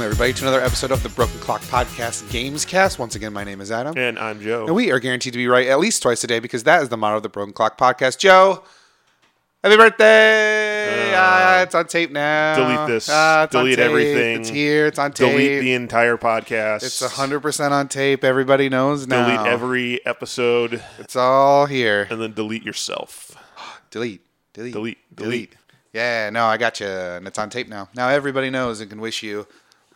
everybody, to another episode of the Broken Clock Podcast Gamescast. Once again, my name is Adam. And I'm Joe. And we are guaranteed to be right at least twice a day because that is the motto of the Broken Clock Podcast. Joe, happy birthday! Uh, ah, it's on tape now. delete this. Ah, it's on Delete tape. everything. It's here. It's on tape. delete the entire podcast. It's hundred percent on tape. Everybody knows now. Delete every episode It's all here. and then delete yourself. Delete. Delete. Delete. Delete. Delete. Yeah, no, I got you, and it's on tape now. Now everybody knows and can wish you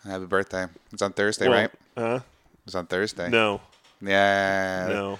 a happy birthday. It's on Thursday, right? Huh? It's on Thursday. No. Yeah. No.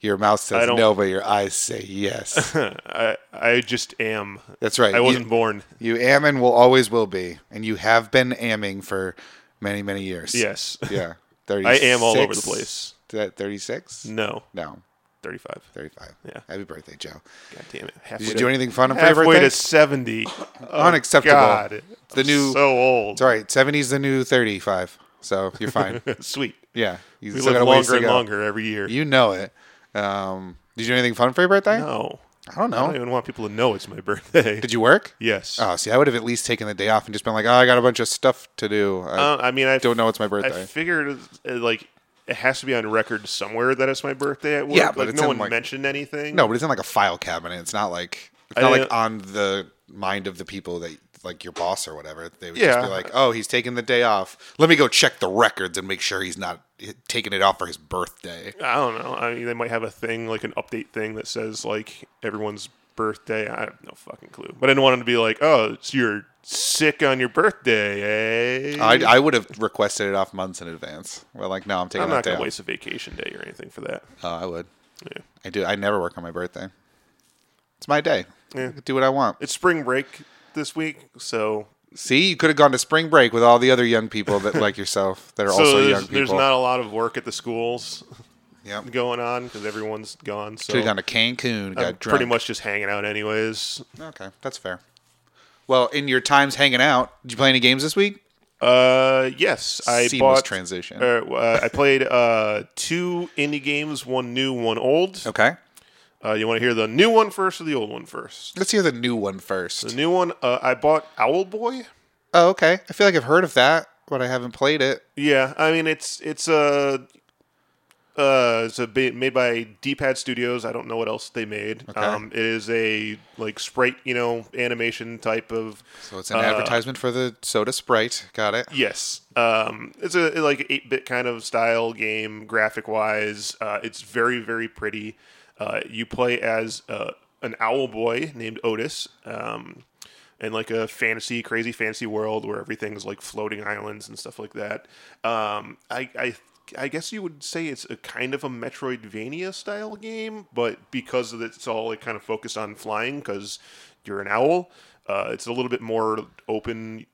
Your mouth I says don't- no, but your eyes say yes. I I just am. That's right. I wasn't You- born. You am and will always will be, and you have been amming for many many years. Yes. Yeah. Thirty. I am all over the place. Thirty six. No. No. 35. Thirty five. Yeah. Happy birthday, Joe. God damn it. Halfway Did you to- do anything fun on for your Halfway birthday? to 70. Unacceptable. God. The I'm new- So old. It's all right. Seventy's the new thirty-five, so you're fine. Sweet. yeah, you We still live got a ways longer to and go. longer every year. You know it. Um, did you do anything fun for your birthday? no. I don't I know. don't even want people to know it's my birthday. Did you work? yes. Oh, see, I would have at least taken the day off and just been like, "Oh, I got a bunch of stuff to do. I Uh, I mean, I don't know it's my I birthday." figured uh, like it has to be on record somewhere that it's my birthday at work. Yeah, but like, it's no in, one like- mentioned anything. no, but it's in like a file cabinet. It's not like it's I not didn't- like on the mind of the people that like your boss or whatever. They would Yeah. just be like, "Oh, he's taking the day off. Let me go check the records and make sure he's not taking it off for his birthday." I don't know. I mean, they might have a thing like an update thing that says like everyone's birthday. I have no fucking clue. But I didn't want them to be like, oh, so you're sick on your birthday. Eh? I, I would have requested it off months in advance. Well, like, no, I'm taking am that not day gonna off. waste a vacation day or anything for that. Oh, I would. Yeah. I do. I never work on my birthday. It's my day. Do what I want. It's spring break this week, so See, you could have gone to spring break with all the other young people that like yourself that are so also there's, young people. there's not a lot of work at the schools yep. going on because everyone's gone. So Could have gone to Cancun. Got I'm drunk. pretty much just hanging out anyways. Okay, that's fair. Well, in your times hanging out, did you play any games this week? Uh, yes, I Seamless bought. transition. uh, uh, I played uh, two indie games, one new, one old. Okay. Uh, you want to hear the new one first or the old one first? Let's hear the new one first. The new one, uh, I bought Owl Boy. Oh, okay. I feel like I've heard of that, but I haven't played it. Yeah, I mean it's it's a uh, it's a ba- made by D-Pad Studios. I don't know what else they made. Um, it is a like sprite, you know, animation type of. So it's an advertisement for the soda Sprite. Got it. Yes, um, it's a like eight bit kind of style game, graphic wise. Uh, it's very very pretty. Uh, you play as uh, an owl boy named Otis, um, in like a fantasy, crazy fantasy world where everything's like floating islands and stuff like that. Um, I. I I guess you would say it's a kind of a Metroidvania style game, but because of it's all like kind of focused on flying, because you're an owl, uh, it's a little bit more open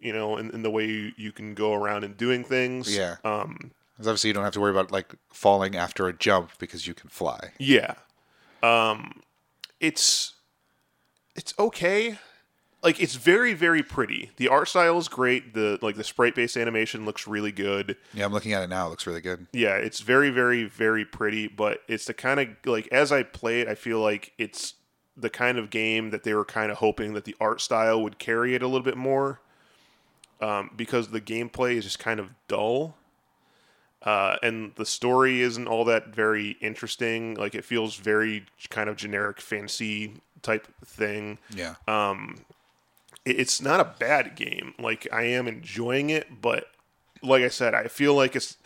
you know, in, in the way you, you can go around and doing things. Yeah. Um, 'Cause obviously, you don't have to worry about like falling after a jump because you can fly. yeah. Um, it's it's okay. Like it's very very pretty. The art style is great. The like the sprite based animation looks really good. Yeah, I'm looking at it now. It looks really good. Yeah, it's very very very pretty. But it's the kind of like as I play it, I feel like it's the kind of game that they were kind of hoping that the art style would carry it a little bit more. Um, because the gameplay is just kind of dull. uh, and the story isn't all that very interesting. Like it feels very kind of generic fantasy type thing. Yeah. It- It's not a bad game. Like I am enjoying it, but like I said, I feel like it's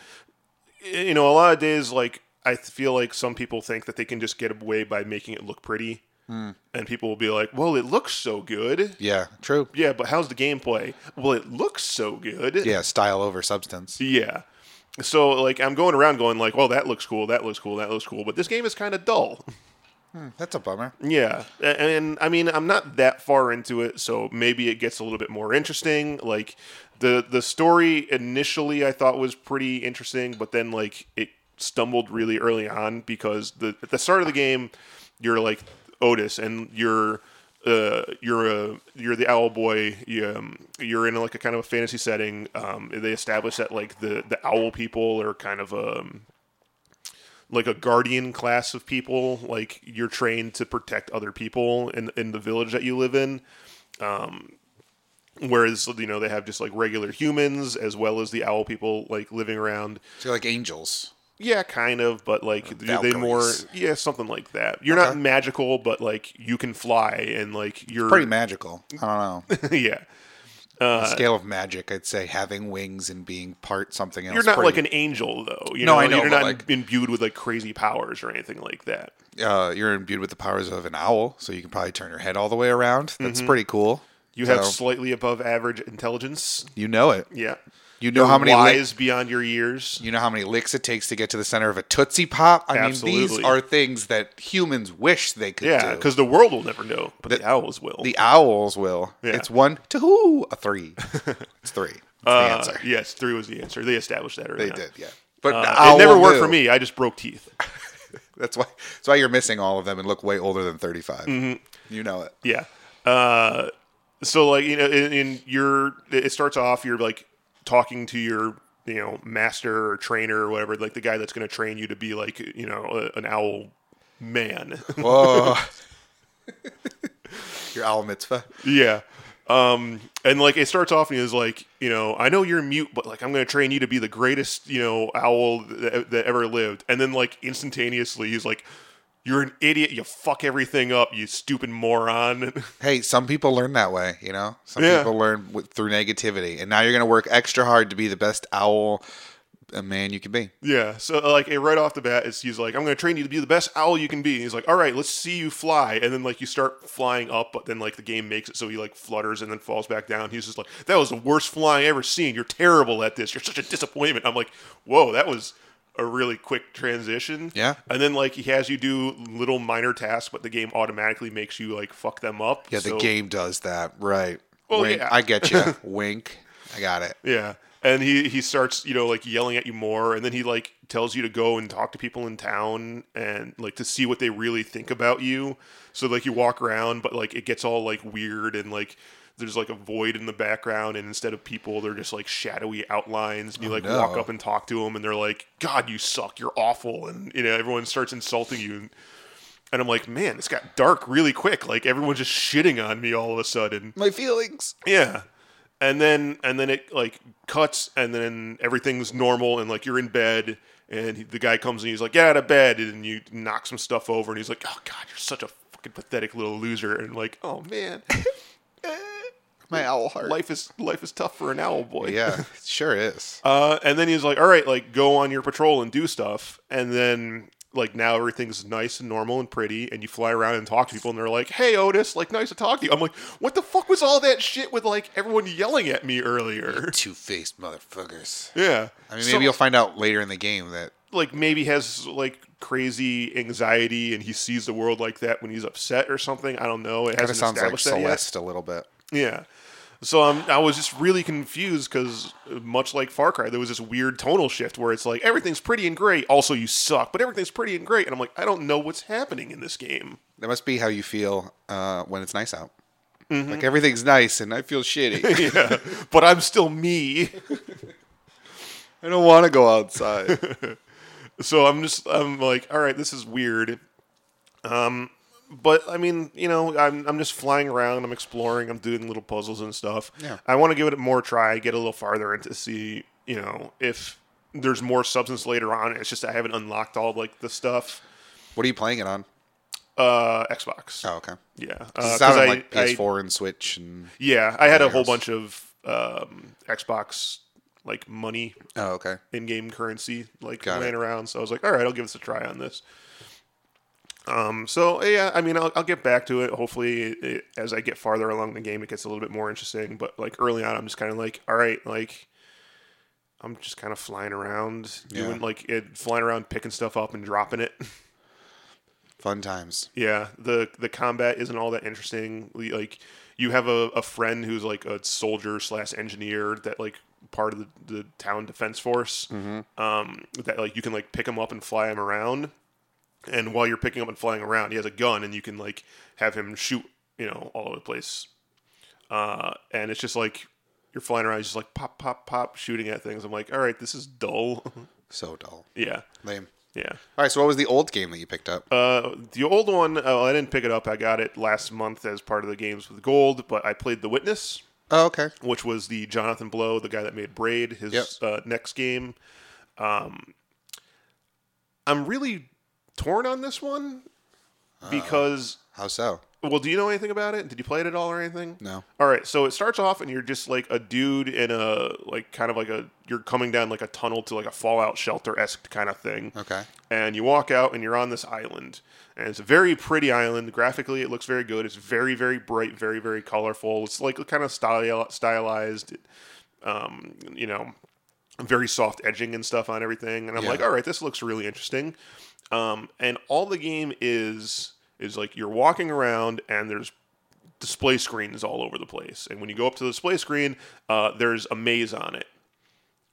you know a lot of days like I feel like some people think that they can just get away by making it look pretty, and people will be like, "Well, it looks so good." yeah. True. Yeah, but how's the gameplay? Well, it looks so good. Yeah. Style over substance. Yeah. So like I'm going around going like, well, that looks cool, that looks cool, that looks cool, but this game is kind of dull. Hmm, That's a bummer. Yeah, A- and I mean I'm not that far into it, so maybe it gets a little bit more interesting. Like the the story initially I thought was pretty interesting, but then like it stumbled really early on because the at the start of the game you're like Otis and you're uh, you're a you're the owl boy. You, um, you're in like a kind of a fantasy setting. Um, they establish that like the the owl people are kind of um, like a guardian class of people. Like you're trained to protect other people in in the village that you live in. Um, Whereas you know they have just like regular humans as well as the owl people like living around. So like angels. Yeah, kind of, but like they- they more Valkyries. yeah something like that. You're not Okay. magical, but like you can fly and like you're Pretty magical. I don't know. yeah. On a scale of magic, I'd say having wings and being part something else. You're not pretty- like an angel though. You No, know? I know, You're but, not like- imbued with like crazy powers or anything like that. uh, you're imbued with the powers of an owl, so you can probably turn your head all the way around. That's pretty cool. Mm-hmm. You So, have slightly above average intelligence. you know it. Yeah. You know how many lick, wise beyond your years. you know how many licks it takes to get to the center of a tootsie pop. I mean, these Absolutely. are things that humans wish they could Yeah, do. because the world will never know, but the, owls will. the owls will. Yeah. It's one, two, a three. it's three. It's the Uh, answer. Yes, three was the answer. They established that early. They on. did, yeah. But Uh, the owl it never worked for knew. me. I just broke teeth. That's why. That's why you're missing all of them and look way older than 35. Mm-hmm. You know it. Yeah. Uh, so like you know, in, in your it starts off you're like talking to your you know master or trainer or whatever, like the guy that's going to train you to be like you know a, an owl man. Whoa. your owl mitzvah. yeah. Um, and like it starts off and he's like, you know, I know you're mute, but like I'm going to train you to be the greatest, you know, owl that, that ever lived. And then like instantaneously he's like, you're an idiot. You fuck everything up, you stupid moron. Hey, some people learn that way, you know? Some Yeah. people learn with, through negativity. And now you're going to work extra hard to be the best owl uh, man you can be. Yeah, so uh, like it- right off the bat, it's he's like, "I'm going to train you to be the best owl you can be." And he's like, "All right, let's see you fly." And then like you start flying up, but then like the game makes it so he like flutters and then falls back down. He's just like, "That was the worst flying I ever seen. You're terrible at this. You're such a disappointment." I'm like, "Whoa, that was a really quick transition." Yeah. and then like he has you do little minor tasks, but the game automatically makes you like fuck them up. Yeah, the so- game does that. Right. Well, Wink. yeah. I get you. Wink. I got it. Yeah. And he, he starts, you know, like yelling at you more. And then he like tells you to go and talk to people in town and like to see what they really think about you. So like you walk around, but like it gets all like weird and like there's like a void in the background. And instead of people, they're just like shadowy outlines. And you like no. walk up and talk to them and they're like, God, you suck. You're awful. And, you know, everyone starts insulting you. And, and I'm like, man, this got dark really quick. Like everyone's just shitting on me all of a sudden. My feelings. Yeah. And then and then it like cuts and then everything's normal and like you're in bed and he, the guy comes and he's like get out of bed and you knock some stuff over and he's like oh god you're such a fucking pathetic little loser and like oh man My owl heart. life is life is tough for an owl boy yeah, it sure is. uh, and then he's like all right like go on your patrol and do stuff and then like now everything's nice and normal and pretty and you fly around and talk to people and they're like hey Otis like nice to talk to you I'm like what the fuck was all that shit with like everyone yelling at me earlier Two faced motherfuckers. Yeah. I mean, maybe So, you'll find out later in the game that like maybe has like crazy anxiety and he sees the world like that when he's upset or something. I don't know. It kind of hasn't sounds like established that Celeste a little bit. yet. Yeah. So um, I was just really confused because much like Far Cry, there was this weird tonal shift where it's like everything's pretty and great. Also, you suck, but everything's pretty and great. And I'm like, I don't know what's happening in this game. That must be how you feel uh, when it's nice out. Like everything's nice and I feel shitty. yeah, but I'm still me. I don't want to go outside. So I'm just I'm like, all right, this is weird. Um, but I mean, you know, I'm I'm just flying around, I'm exploring, I'm doing little puzzles and stuff. Yeah. I want to give it more try, get a little farther into see, you know, if there's more substance later on. It's just I haven't unlocked all like the stuff. what are you playing it on? Uh, Xbox. Oh, okay. Yeah, It's uh, out 'cause on I- like I- PS4 and Switch and yeah, I had a whole else. bunch of um, Xbox like money oh, okay. in-game currency like Got laying it. around. So I was like, all right, I'll give this a try on this. Um, so yeah, I mean, I'll, I'll get back to it. Hopefully, it, it- as I get farther along the game, it gets a little bit more interesting. But like early on, I'm just kind of like, all right, like I'm just kind of flying around, Yeah. doing like it, flying around, picking stuff up and dropping it. Fun times. Yeah, the the combat isn't all that interesting. Le- Like you have a, a friend who's like a soldier slash engineer that like part of the, the town defense force. Um, that like you can like pick him up and fly him around. And while you're picking up and flying around, he has a gun and you can like have him shoot you know all over the place. Uh, and it's just like you're flying around, just like pop pop pop shooting at things. I'm like, all right, this is dull. So dull. yeah, Lame. yeah. All right. So what was the old game that you picked up? Uh, the old uh, one, oh, I didn't pick it up. I got it last month as part of the games with gold, but I played The Witness. Oh, okay. which was the Jonathan Blow, the guy that made Braid, his Yep. uh, next game. Um, I'm really torn on this one Uh. because, How so? well, do you know anything about it? Did you play it at all or anything? No. All right, so it starts off and you're just like a dude in a like kind of like a you're coming down like a tunnel to like a fallout shelter esque kind of thing. Okay. And you walk out and you're on this island. And it's a very pretty island. Graphically it looks very good. It's very, very bright, very, very colorful. It's like kind of style stylized um, you know, very soft edging and stuff on everything. And I'm Yeah. like, all right, this looks really interesting. Um, and all the game is is like you're walking around and there's display screens all over the place. And when you go up to the display screen, uh, there's a maze on it.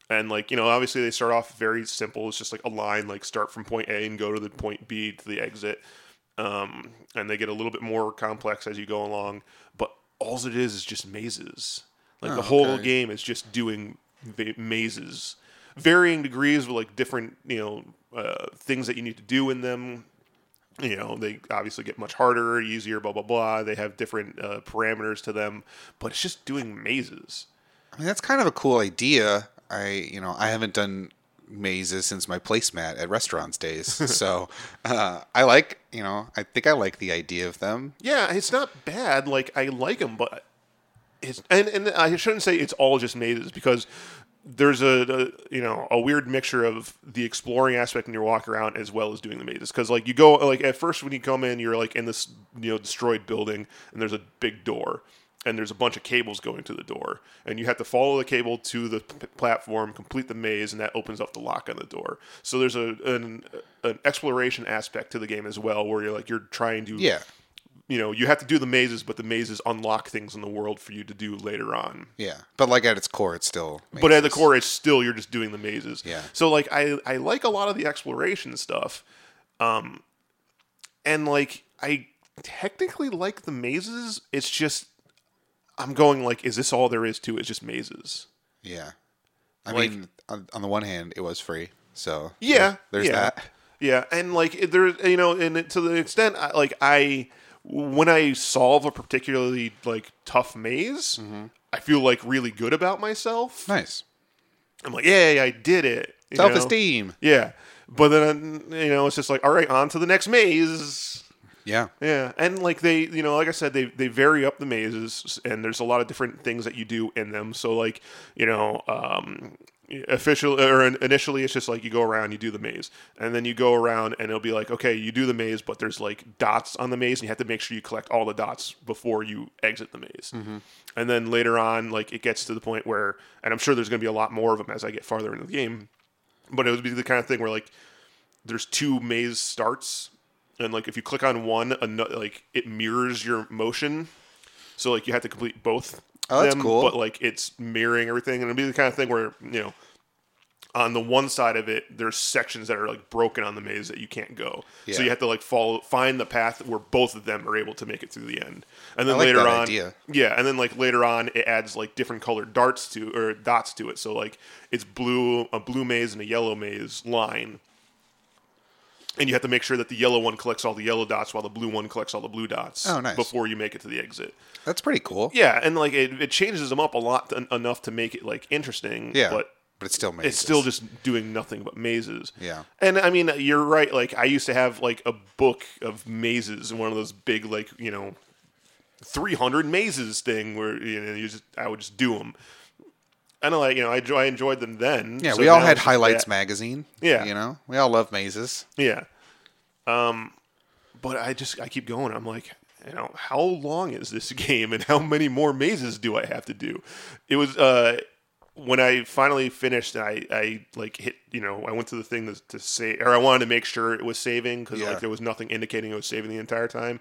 And like you know, obviously they start off very simple. It's just like a line, like start from point A and go to the point B to the exit. Um, and they get a little bit more complex as you go along. But all it is is just mazes. Like the whole okay. game is just doing va- mazes, varying degrees with like different you know uh, things that you need to do in them you know they obviously get much harder easier blah blah blah they have different uh, parameters to them but it's just doing mazes I mean, that's kind of a cool idea. I, you know, I haven't done mazes since my placemat at restaurants days. so uh, I like, you know, I think I like the idea of them. yeah it's not bad like i like them but it's and, and i shouldn't say it's all just mazes because there's a, a you know a weird mixture of the exploring aspect in your walk around as well as doing the mazes because like you go like at first when you come in you're like in this you know destroyed building and there's a big door and there's a bunch of cables going to the door and you have to follow the cable to the p- platform complete the maze and that opens up the lock on the door so there's a an, an exploration aspect to the game as well where you're like you're trying to Yeah. you know you have to do the mazes but the mazes unlock things in the world for you to do later on Yeah. But like at its core, it's still. but at the mazes. core it's still you're just doing the mazes Yeah. so like i i like a lot of the exploration stuff um and like i technically like the mazes it's just i'm going like is this all there is to it? it's just mazes Yeah. I Like- mean, on, on the one hand, it was free. So Yeah, there's yeah. that. Yeah, and like it- there, you know, and it- to the extent, I, like I, when I solve a particularly like tough maze, Mm-hmm. I feel like really good about myself. Nice. I'm like, yay, I did it. you know? Self esteem. Yeah, but then you know, it's just like, all right, on to the next maze. Yeah. Yeah, and like they, you know, like I said, they they vary up the mazes, and there's a lot of different things that you do in them. So like, you know, um, official or in- initially, it's just like you go around, you do the maze, and then you go around, and it'll be like, okay, you do the maze, but there's like dots on the maze, and you have to make sure you collect all the dots before you exit the maze. And then later on, like it gets to the point where, and I'm sure there's going to be a lot more of them as I get farther into the game, but it would be the kind of thing where like there's two maze starts and like if you click on one another like it mirrors your motion so like you have to complete both Oh, that's cool. but like it's mirroring everything and it'll be the kind of thing where you know on the one side of it there's sections that are like broken on the maze that you can't go Yeah. so you have to like follow find the path where both of them are able to make it through the end and then like later that on idea. yeah, and then like later on, it adds like different colored darts to or dots to it. So like it's blue, a blue maze and a yellow maze line, and you have to make sure that the yellow one collects all the yellow dots while the blue one collects all the blue dots. Oh, nice. Before you make it to the exit. That's pretty cool. Yeah, and like it, it changes them up a lot en- enough to make it like interesting. Yeah. but but it's still mazes. it's still just doing nothing but mazes. Yeah. And I mean, you're right. Like I used to have like a book of mazes and one of those big like you know, 300 mazes thing where you know you just I would just do them. And I like you know I, enjoy, I enjoyed them then. Yeah, so we all now had it's just highlights that- magazine. Yeah. you know, we all love mazes. Yeah. Um, but I just I keep going. I'm like, you know, how long is this game, and how many more mazes do I have to do? It was uh, when I finally finished, and I I like hit you know I went to the thing to, to say or I wanted to make sure it was saving because Yeah. like there was nothing indicating it was saving the entire time.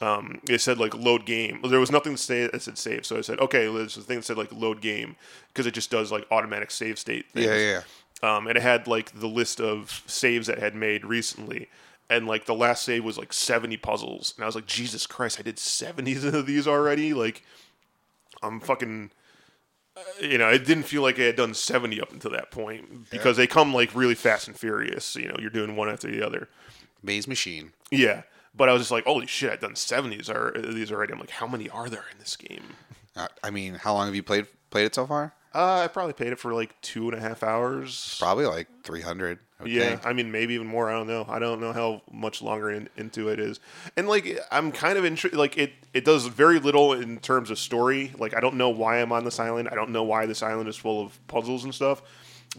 Um, it said like load game. There was nothing to say that said save, so I said okay. There's a thing that said like load game because it just does like automatic save state. Things Yeah, yeah, yeah. um, and it had like the list of saves that it had made recently and like the last save was like 70 puzzles and i was like jesus christ i did 70 of these already like i'm fucking uh, you know it didn't feel like i had done 70 up until that point because they come like really fast and furious you know you're doing one after the other Maze machine. yeah but i was just like holy shit i've done 70s are these already i'm like how many are there in this game Uh, I mean, how long have you played played it so far? Uh, I probably paid it for like two and a half hours. Probably like 300. I would Yeah, think. I mean, maybe even more. I don't know. I don't know how much longer in, into it is, and like I'm kind of intri- like it. It does very little in terms of story. Like I don't know why I'm on this island. I don't know why this island is full of puzzles and stuff,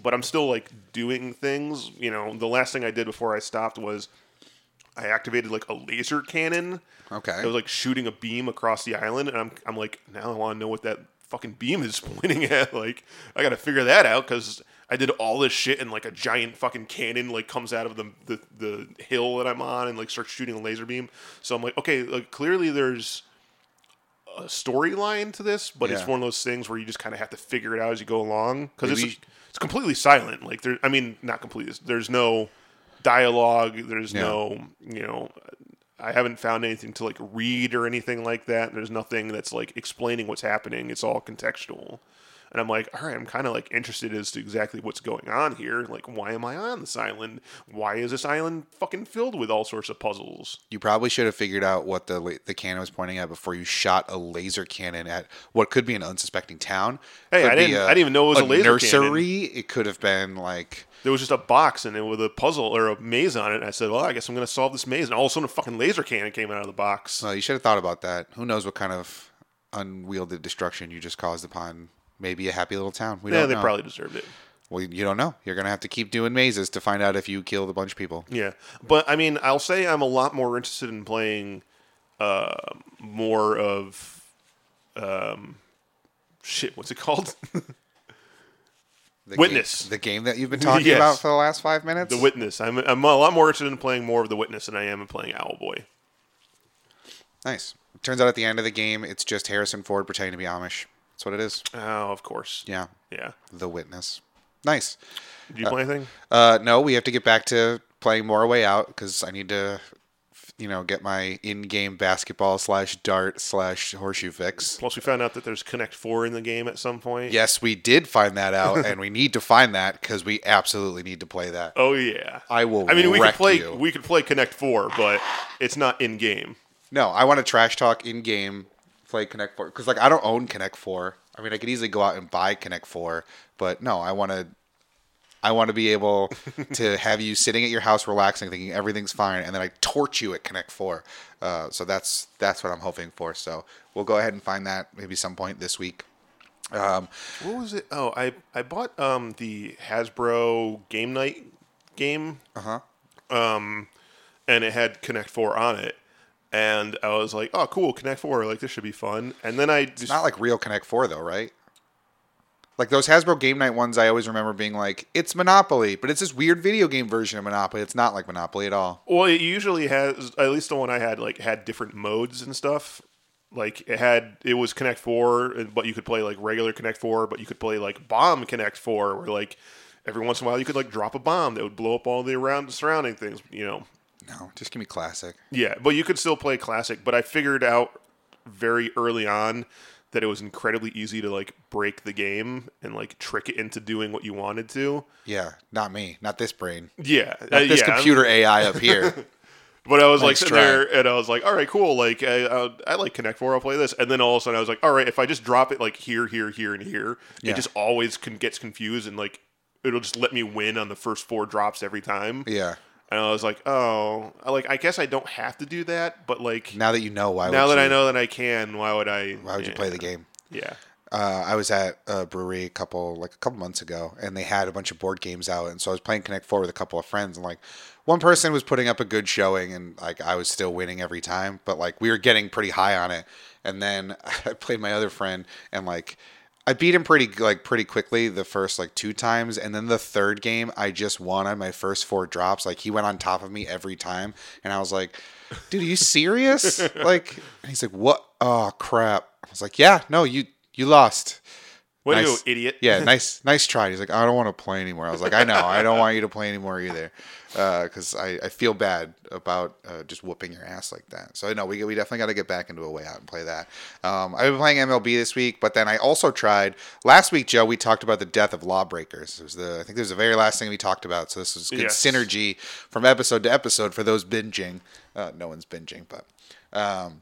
but I'm still like doing things. You know, the last thing I did before I stopped was I activated like a laser cannon. Okay. It was like shooting a beam across the island, and I'm, I'm like, now I want to know what that fucking beam is pointing at. Like, I got to figure that out because I did all this shit, and like a giant fucking cannon like comes out of the, the the hill that I'm on, and like starts shooting a laser beam. So I'm like, okay, like clearly there's a storyline to this, but it's Yeah. one of those things where you just kind of have to figure it out as you go along because Maybe- it's it's completely silent. Like there, I mean, not completely. There's no dialogue. There's no, you know, I haven't found anything to like read or anything like that. There's nothing that's like explaining what's happening. It's all contextual. And I'm like, all right, I'm kind of like interested as to exactly what's going on here. Like, why am I on this island? Why is this island fucking filled with all sorts of puzzles? You probably should have figured out what the la- the cannon was pointing at before you shot a laser cannon at what could be an unsuspecting town. Hey, Could I be didn't- I didn't even know it was a laser cannon. nursery. It could have been like There was just a box in it with a puzzle or a maze on it. And I said, well, I guess I'm going to solve this maze. And all of a sudden, a fucking laser cannon came out of the box. Well, you should have thought about that. Who knows what kind of unwieldy destruction you just caused upon maybe a happy little town? We yeah, don't they know. probably deserved it. well, you don't know. You're gonna have to keep doing mazes to find out if you killed a bunch of people. Yeah, but I mean, I'll say I'm a lot more interested in playing uh, more of um, shit. What's it called? The Witness. game, the game that you've been talking Yes. about for the last five minutes. the Witness. I'm I'm a lot more interested in playing more of The Witness than I am in playing Owlboy. nice. Turns out at the end of the game, it's just Harrison Ford pretending to be Amish. That's what it is. Oh, of course. Yeah, Yeah. the Witness. Nice. Do you play anything? Uh, no, we have to get back to playing more way out because I need to, you know, get my in-game basketball slash dart slash horseshoe fix. Plus, we found out that there's Connect Four in the game at some point. Yes, we did find that out, and we need to find that because we absolutely need to play that. Oh yeah. I will I mean, we could wreck play you. we could play Connect Four, but it's not in game. No, I want to trash talk in game, play Connect Four because like I don't own Connect Four. I mean, I could easily go out and buy Connect Four, but no, I want to. I want to be able to have you sitting at your house, relaxing, thinking everything's fine, and then I torch you at Connect Four. Uh, so that's that's what I'm hoping for. So we'll go ahead and find that maybe some point this week. Um, What was it? Oh, I I bought um the Hasbro Game Night game. Uh huh. Um, and it had Connect Four on it, and I was like, oh, cool, Connect Four. Like this should be fun. And then I just not like real Connect Four though, right? Like those Hasbro Game Night ones, I always remember being like, "It's Monopoly," but it's this weird video game version of Monopoly. It's not like Monopoly at all. well, it usually has at least the one I had like had different modes and stuff. Like it had it was Connect Four, but you could play like regular Connect Four, but you could play like Bomb Connect Four, where like every once in a while you could like drop a bomb that would blow up all the around surrounding things. You know. No, just give me classic. Yeah, but you could still play classic. But I figured out very early on that it was incredibly easy to like break the game and like trick it into doing what you wanted to. Yeah, not me, not this brain, Yeah, uh, not this yeah, I'm- computer AI up here. But I was like sitting try. there and I was like, all right, cool. Like I, I, I like Connect Four. I'll play this. And then all of a sudden I was like, all right, if I just drop it like here, here, here, and here, Yeah. it just always can gets confused and like it'll just let me win on the first four drops every time. yeah. And I was like, oh, I like I guess I don't have to do that, but like. Now that you know, why? Now would that you, I know that I can, why would I? why would you play the game? Yeah. uh, I was at a brewery a couple like a couple months ago, and they had a bunch of board games out, and so I was playing Connect Four with a couple of friends, and like one person was putting up a good showing, and like I was still winning every time, but like we were getting pretty high on it, and then I played my other friend, and like I beat him pretty like pretty quickly the first like two times, and then the third game I just won on my first four drops. Like he went on top of me every time, and I was like, "Dude, are you serious?" like, and he's like, "What? Oh crap!" I was like, "Yeah, no, you you lost." Way to Nice. go, idiot. Yeah, nice, nice try. He's like, I don't want to play anymore. I was like, I know, I don't want you to play anymore either, because I, I feel bad about uh, just whooping your ass like that. So no, we we definitely got to get back into a way out and play that. Um, I've been playing MLB this week, but then I also tried last week. Joe, we talked about the death of lawbreakers. It was the I think it was the very last thing we talked about. So this is good Yes. synergy from episode to episode for those binging. Uh, no one's binging, but. Um,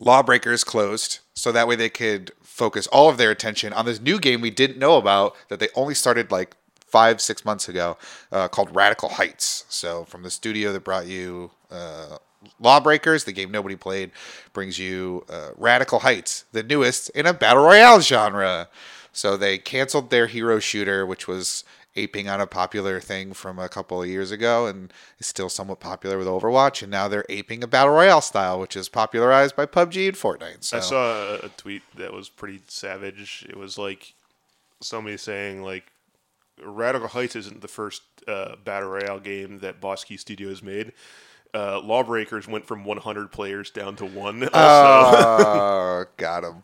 Lawbreakers closed, so that way they could focus all of their attention on this new game we didn't know about that they only started like five, six months ago uh, called Radical Heights. So, from the studio that brought you uh, Lawbreakers, the game nobody played, brings you uh, Radical Heights, the newest in a battle royale genre. So, they canceled their hero shooter, which was aping on a popular thing from a couple of years ago and is still somewhat popular with Overwatch. And now they're aping a battle royale style, which is popularized by PUBG and Fortnite. So, I saw a- a tweet that was pretty savage. It was like somebody saying like Radical Heights isn't the first uh, battle royale game that Bosky Studios made. Uh, Lawbreakers went from 100 players down to one. Also, oh, got him.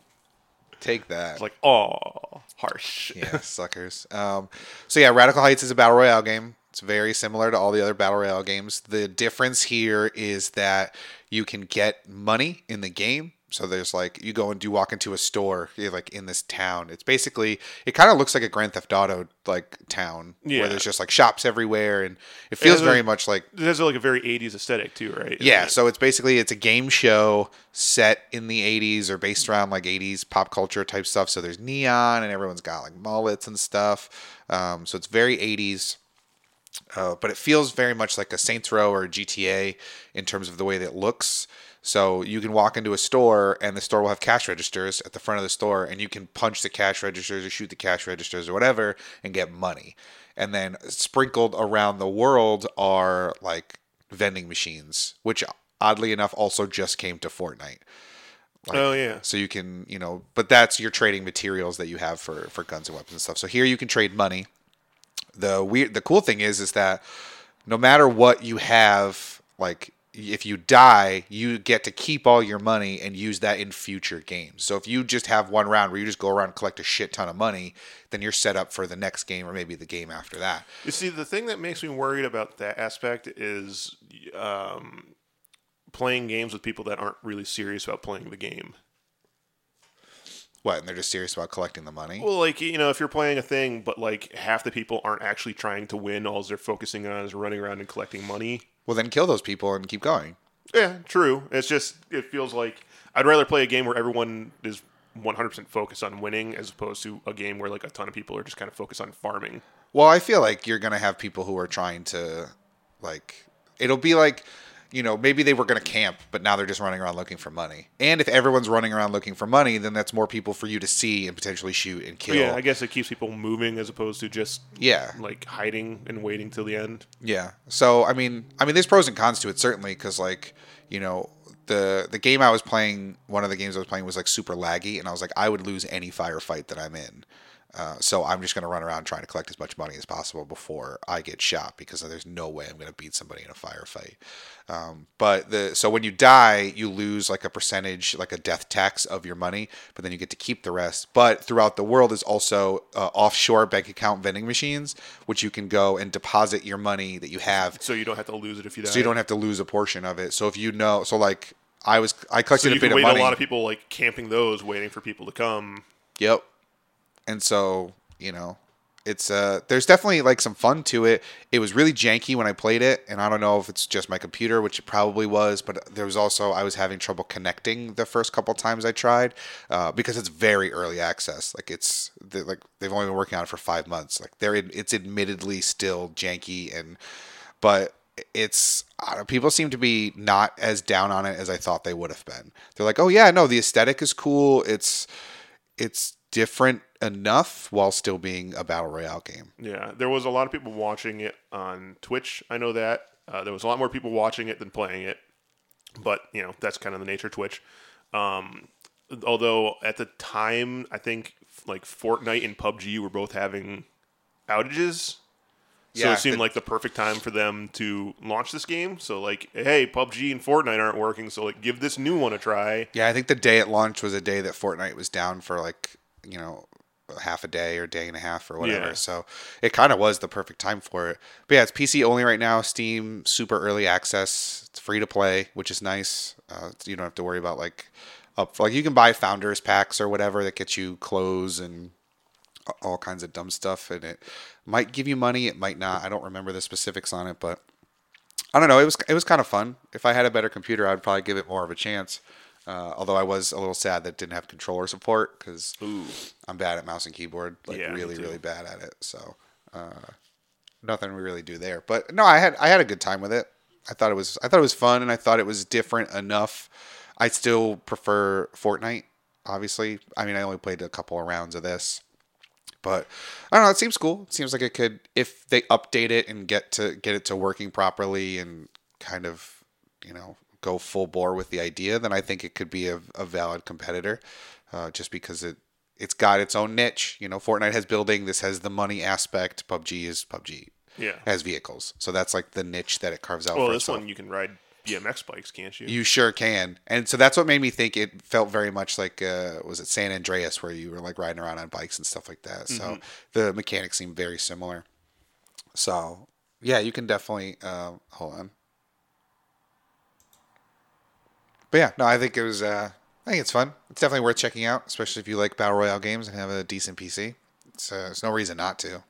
Take that. it's like oh, harsh. yeah, suckers. Um, so yeah, Radical Heights is a battle royale game. It's very similar to all the other battle royale games. The difference here is that you can get money in the game. So there's like you go and do walk into a store you're like in this town. It's basically it kind of looks like a Grand Theft Auto like town Yeah. where there's just like shops everywhere and it feels there's- very much like It has like a very 80s aesthetic too, right? yeah, so it's basically it's a game show set in the 80s or based around like 80s pop culture type stuff. So there's neon and everyone's got like mullets and stuff. Um, so it's very 80s. Uh, but it feels very much like a Saints Row or a GTA in terms of the way that it looks. So you can walk into a store and the store will have cash registers at the front of the store, and you can punch the cash registers or shoot the cash registers or whatever and get money. And then sprinkled around the world are like vending machines, which oddly enough also just came to Fortnite. Oh yeah. So you can, you know, but that's your trading materials that you have for for guns and weapons and stuff. So here you can trade money. The weird, the cool thing is, is that no matter what you have, like if you die, you get to keep all your money and use that in future games. So if you just have one round where you just go around and collect a shit ton of money, then you're set up for the next game or maybe the game after that. You see, the thing that makes me worried about that aspect is um, playing games with people that aren't really serious about playing the game. What? And they're just serious about collecting the money. Well, like you know, if you're playing a thing, but like half the people aren't actually trying to win, all they're focusing on is running around and collecting money. Well, then kill those people and keep going. Yeah, true. It's just it feels like I'd rather play a game where everyone is 100% focused on winning as opposed to a game where like a ton of people are just kind of focused on farming. Well, I feel like you're gonna have people who are trying to, like, it'll be like, you know, maybe they were gonna camp, but now they're just running around looking for money. And if everyone's running around looking for money, then that's more people for you to see and potentially shoot and kill. Yeah, I guess it keeps people moving as opposed to just yeah, like hiding and waiting till the end. yeah. So I mean, I mean, there's pros and cons to it certainly, because like, you know. The, the game I was playing, one of the games I was playing was like super laggy, and I was like, I would lose any firefight that I'm in. Uh, so I'm just going to run around trying to collect as much money as possible before I get shot because there's no way I'm going to beat somebody in a firefight. Um, but the so when you die, you lose like a percentage, like a death tax of your money, but then you get to keep the rest. But throughout the world is also uh, offshore bank account vending machines, which you can go and deposit your money that you have, So you don't have to lose it if you die. so you don't have to lose a portion of it. So if you know, so like I was, I collected So a you bit can of wait money. a lot of people like camping those, waiting for people to come. Yep. And so, you know, it's uh there's definitely like some fun to it. It was really janky when I played it, and I don't know if it's just my computer, which it probably was, but there was also I was having trouble connecting the first couple times I tried uh, because it's very early access. Like it's they like they've only been working on it for five months. Like they're in, it's admittedly still janky and but it's I don't, people seem to be not as down on it as I thought they would have been. They're like, oh yeah, no, the aesthetic is cool. It's it's different enough while still being a battle royale game. Yeah, there was a lot of people watching it on Twitch. I know that uh, there was a lot more people watching it than playing it, but you know that's kind of the nature of Twitch. Um, although at the time, I think like Fortnite and PUBG were both having outages, so Yeah, it seemed the- like the perfect time for them to launch this game. So like, hey, PUBG and Fortnite aren't working, so like give this new one a try. Yeah, I think the day it launched was a day that Fortnite was down for like, you know, half a day or day and a half or whatever. Yeah. So it kind of was the perfect time for it. But yeah, it's PC only right now, Steam, super early access. It's free to play, which is nice. Uh, you don't have to worry about like up like you can buy founders packs or whatever that gets you clothes and all kinds of dumb stuff and it might give you money, it might not. I don't remember the specifics on it, but I don't know. It was it was kind of fun. If I had a better computer, I'd probably give it more of a chance. Uh, although I was a little sad that it didn't have controller support because Ooh. I'm bad at mouse and keyboard, like Yeah, me really, too. really bad at it. So uh, nothing we really do there. But no, I had I had a good time with it. I thought it was I thought it was fun and I thought it was different enough. I still prefer Fortnite, obviously. I mean, I only played a couple of rounds of this, but I don't know. It seems cool. It seems like it could, if they update it and get to get it to working properly and kind of, you know, go full bore with the idea, then I think it could be a, a valid competitor, uh, just because it it's got its own niche. You know, Fortnite has building. This has the money aspect. PUBG is PUBG. Yeah. Has vehicles, so that's like the niche that it carves out. Well, for this itself. one you can ride BMX bikes, can't you? You sure can. And so that's what made me think it felt very much like uh was it San Andreas where you were like riding around on bikes and stuff like that. So the mechanics seem very similar. So yeah, you can definitely uh, hold on. But yeah, no, I think it was uh I think it's fun. It's definitely worth checking out, especially if you like battle royale games and have a decent PC. So there's no reason not to.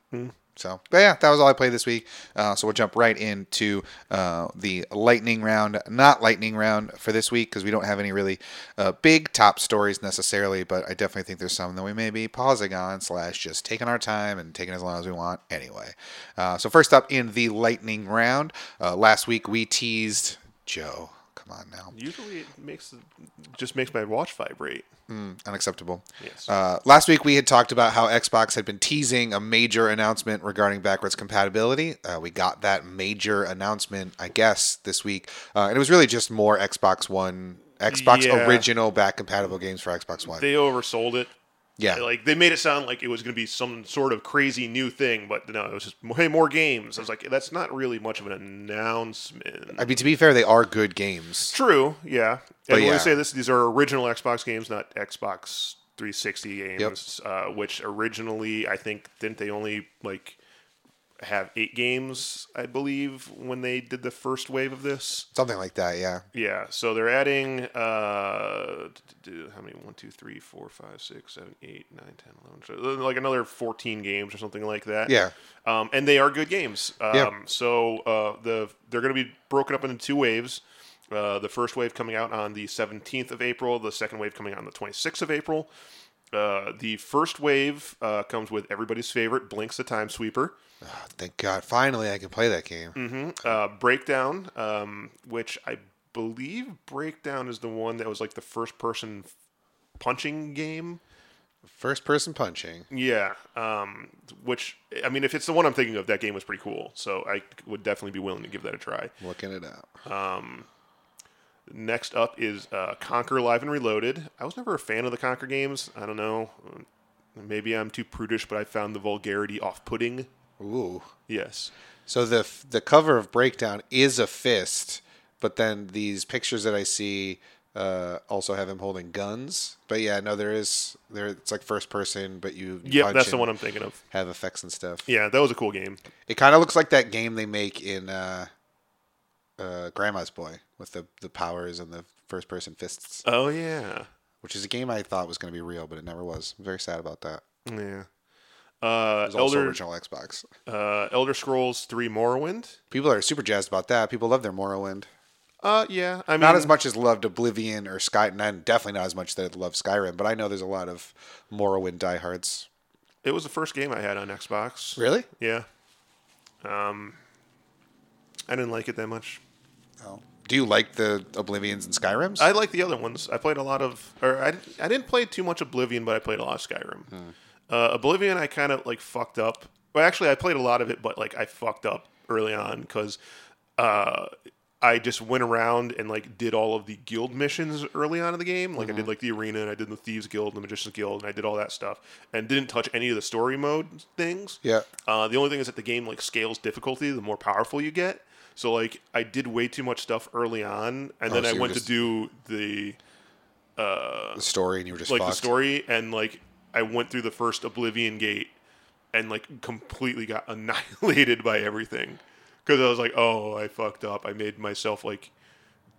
So, but yeah, that was all I played this week. Uh, so we'll jump right into uh, the lightning round, not lightning round for this week because we don't have any really uh, big top stories necessarily. But I definitely think there's some that we may be pausing on slash just taking our time and taking as long as we want anyway. Uh, so first up in the lightning round, uh, last week we teased Joe. Come on now, Usually it makes just makes my watch vibrate. unacceptable. Yes. Uh, last week, we had talked about how Xbox had been teasing a major announcement regarding backwards compatibility. Uh, we got that major announcement, I guess, this week. Uh, and it was really just more Xbox One, Xbox Yeah. original back compatible games for Xbox One. they oversold it. yeah. Like they made it sound like it was going to be some sort of crazy new thing, but no, it was just hey, more games. I was like, that's not really much of an announcement. I mean, to be fair, they are good games. True. Yeah. But And when yeah. we say this, these are original Xbox games, not Xbox 360 games. Uh, which originally, I think, didn't they only like have eight games? I believe when they did the first wave of this. Something like that, yeah. Yeah. So they're adding uh, d- d- how many? One, two, three, four, five, six, seven, eight, nine, ten, eleven, twelve, uh, like another fourteen games or something like that. Yeah. Um, and they are good games. Um, Yeah. So uh, the they're going to be broken up into two waves. Uh, the first wave coming out on the 17th of April. The second wave coming out on the 26th of April. Uh, the first wave uh, comes with everybody's favorite, Blinks the Time Sweeper Oh, thank God. Finally, I can play that game. uh, Breakdown, um, which I believe Breakdown is the one that was like the first person f- punching game. First person punching. Yeah. Um, which, I mean, if it's the one I'm thinking of, that game was pretty cool. So I would definitely be willing to give that a try. Looking it up. Next up is uh, Conquer Live and Reloaded. I was never a fan of the Conquer games. I don't know. Maybe I'm too prudish, but I found the vulgarity off putting. Ooh. Yes. So the the cover of Breakdown is a fist, but then these pictures that I see uh, also have him holding guns. But yeah, no, there is there. It's like first person, but you, you Yeah, punch that's the and one I'm thinking of. have effects and stuff. Yeah, that was a cool game. It kind of looks like that game they make in uh, uh, Grandma's Boy with the the powers and the first person fists, Oh, yeah. which is a game I thought was going to be real, but it never was. I'm very sad about that. Yeah. Uh, It was also Elder original Xbox. uh, Elder Scrolls Three Morrowind. People are super jazzed about that. People love their Morrowind. Uh, yeah, I mean, not as much as loved Oblivion or Sky, and definitely not as much that loved Skyrim. But I know there's a lot of Morrowind diehards. it was the first game I had on Xbox. Really? Yeah. Um, I didn't like it that much. Oh. Do you like the Oblivions and Skyrims? I like the other ones. I played a lot of, or I, I didn't play too much Oblivion, but I played a lot of Skyrim. Uh, Oblivion, I kind of like fucked up. Well, actually, I played a lot of it, but like I fucked up early on because uh, I just went around and like did all of the guild missions early on in the game. Like I did like the arena, and I did the thieves guild, and the magicians guild, and I did all that stuff, and didn't touch any of the story mode things. yeah. Uh, the only thing is that the game like scales difficulty the more powerful you get. So like I did way too much stuff early on, and then Oh, so I you were went just- to do the The story, and you were just like fucked. the story, and like I went through the first Oblivion Gate, and like completely got annihilated by everything because I was like, oh, I fucked up. I made myself like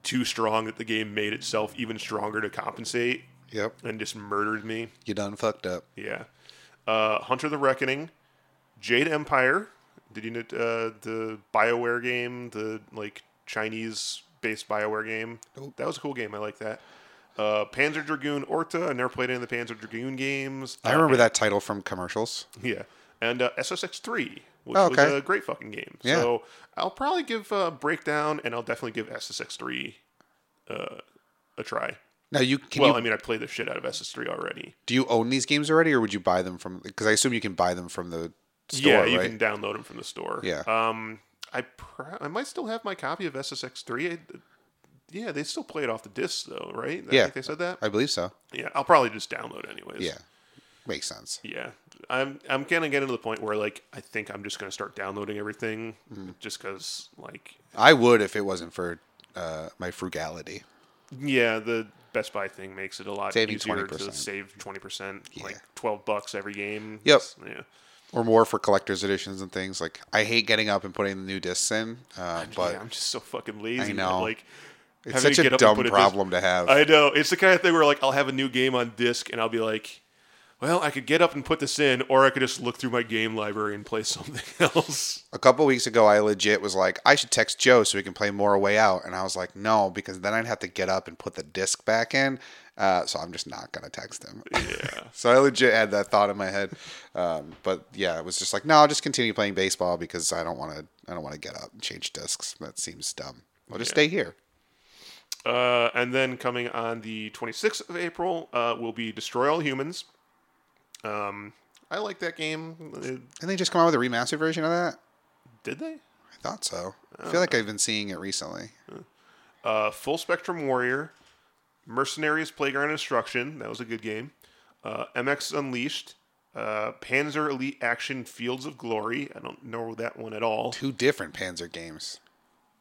too strong that the game made itself even stronger to compensate, Yep. and just murdered me. You done fucked up. Yeah. Uh, Hunter the Reckoning, Jade Empire. Did you know uh, the BioWare game, the like Chinese based BioWare game? That was a cool game. I like that. uh, Panzer Dragoon Orta. I never played any of the Panzer Dragoon games. I remember that title from commercials. Yeah, and uh, SSX three, which Oh, was okay. a great fucking game. Yeah. So I'll probably give uh, Breakdown, and I'll definitely give SSX three uh, a try. Now you can well, you I mean, I played the shit out of SS three already. do you own these games already, or would you buy them from? Because I assume you can buy them from the store, yeah, right? you can download them from the store. Yeah. Um, I pr- I might still have my copy of SSX three. Yeah, they still play it off the disc though, right? I Yeah. think they said that. I believe so. Yeah, I'll probably just download it anyways. Yeah, makes sense. Yeah, I'm I'm kind of getting to the point where like I think I'm just gonna start downloading everything Mm. just because like I would if it wasn't for uh, my frugality. yeah the Best Buy thing makes it a lot Saving easier to 20%. save twenty percent like twelve bucks every game. Yep. Yeah. or more for collector's editions and things. Like I hate getting up and putting the new discs in, uh, but yeah, I'm just so fucking lazy. man. know. Like it's having such to get a up and dumb put disc- problem to have. I know it's the kind of thing where like I'll have a new game on disc and I'll be like. Well, I could get up and put this in, or I could just look through my game library and play something else. a couple weeks ago, I legit was like, I should text Joe so we can play more way out, and I was like, no, because then I'd have to get up and put the disc back in. Uh, so I'm just not gonna text him. Yeah. so I legit had that thought in my head, um, but yeah, it was just like, no, I'll just continue playing baseball because I don't want to. I don't want to get up and change discs. That seems dumb. I'll just stay here. Uh, and then coming on the 26th of April uh, will be Destroy All Humans. Um, I like that game. Uh, And they just come out with a remastered version of that. Did they? I thought so. I feel like I've been seeing it recently. Uh, Full Spectrum Warrior, Mercenaries Playground Instruction. That was a good game. Uh, MX Unleashed, uh, Panzer Elite Action Fields of Glory. I don't know that one at all. two different Panzer games.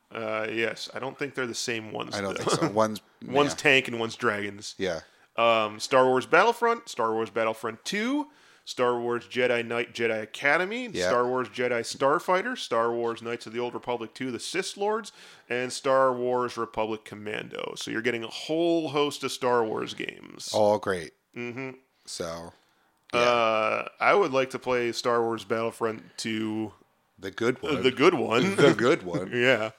Uh, yes, I don't think they're the same ones. I don't though. think so. One's one's tank and one's dragons. yeah. um, Star Wars Battlefront, Star Wars Battlefront 2, Star Wars Jedi Knight Jedi Academy, Yeah. Star Wars Jedi Starfighter, Star Wars Knights of the Old Republic 2, the Sith Lords, and Star Wars Republic Commando. So you're getting a whole host of Star Wars games. all great. Mm-hmm. So Uh, I would like to play Star Wars Battlefront 2, the good one, the the, good one. good one. yeah.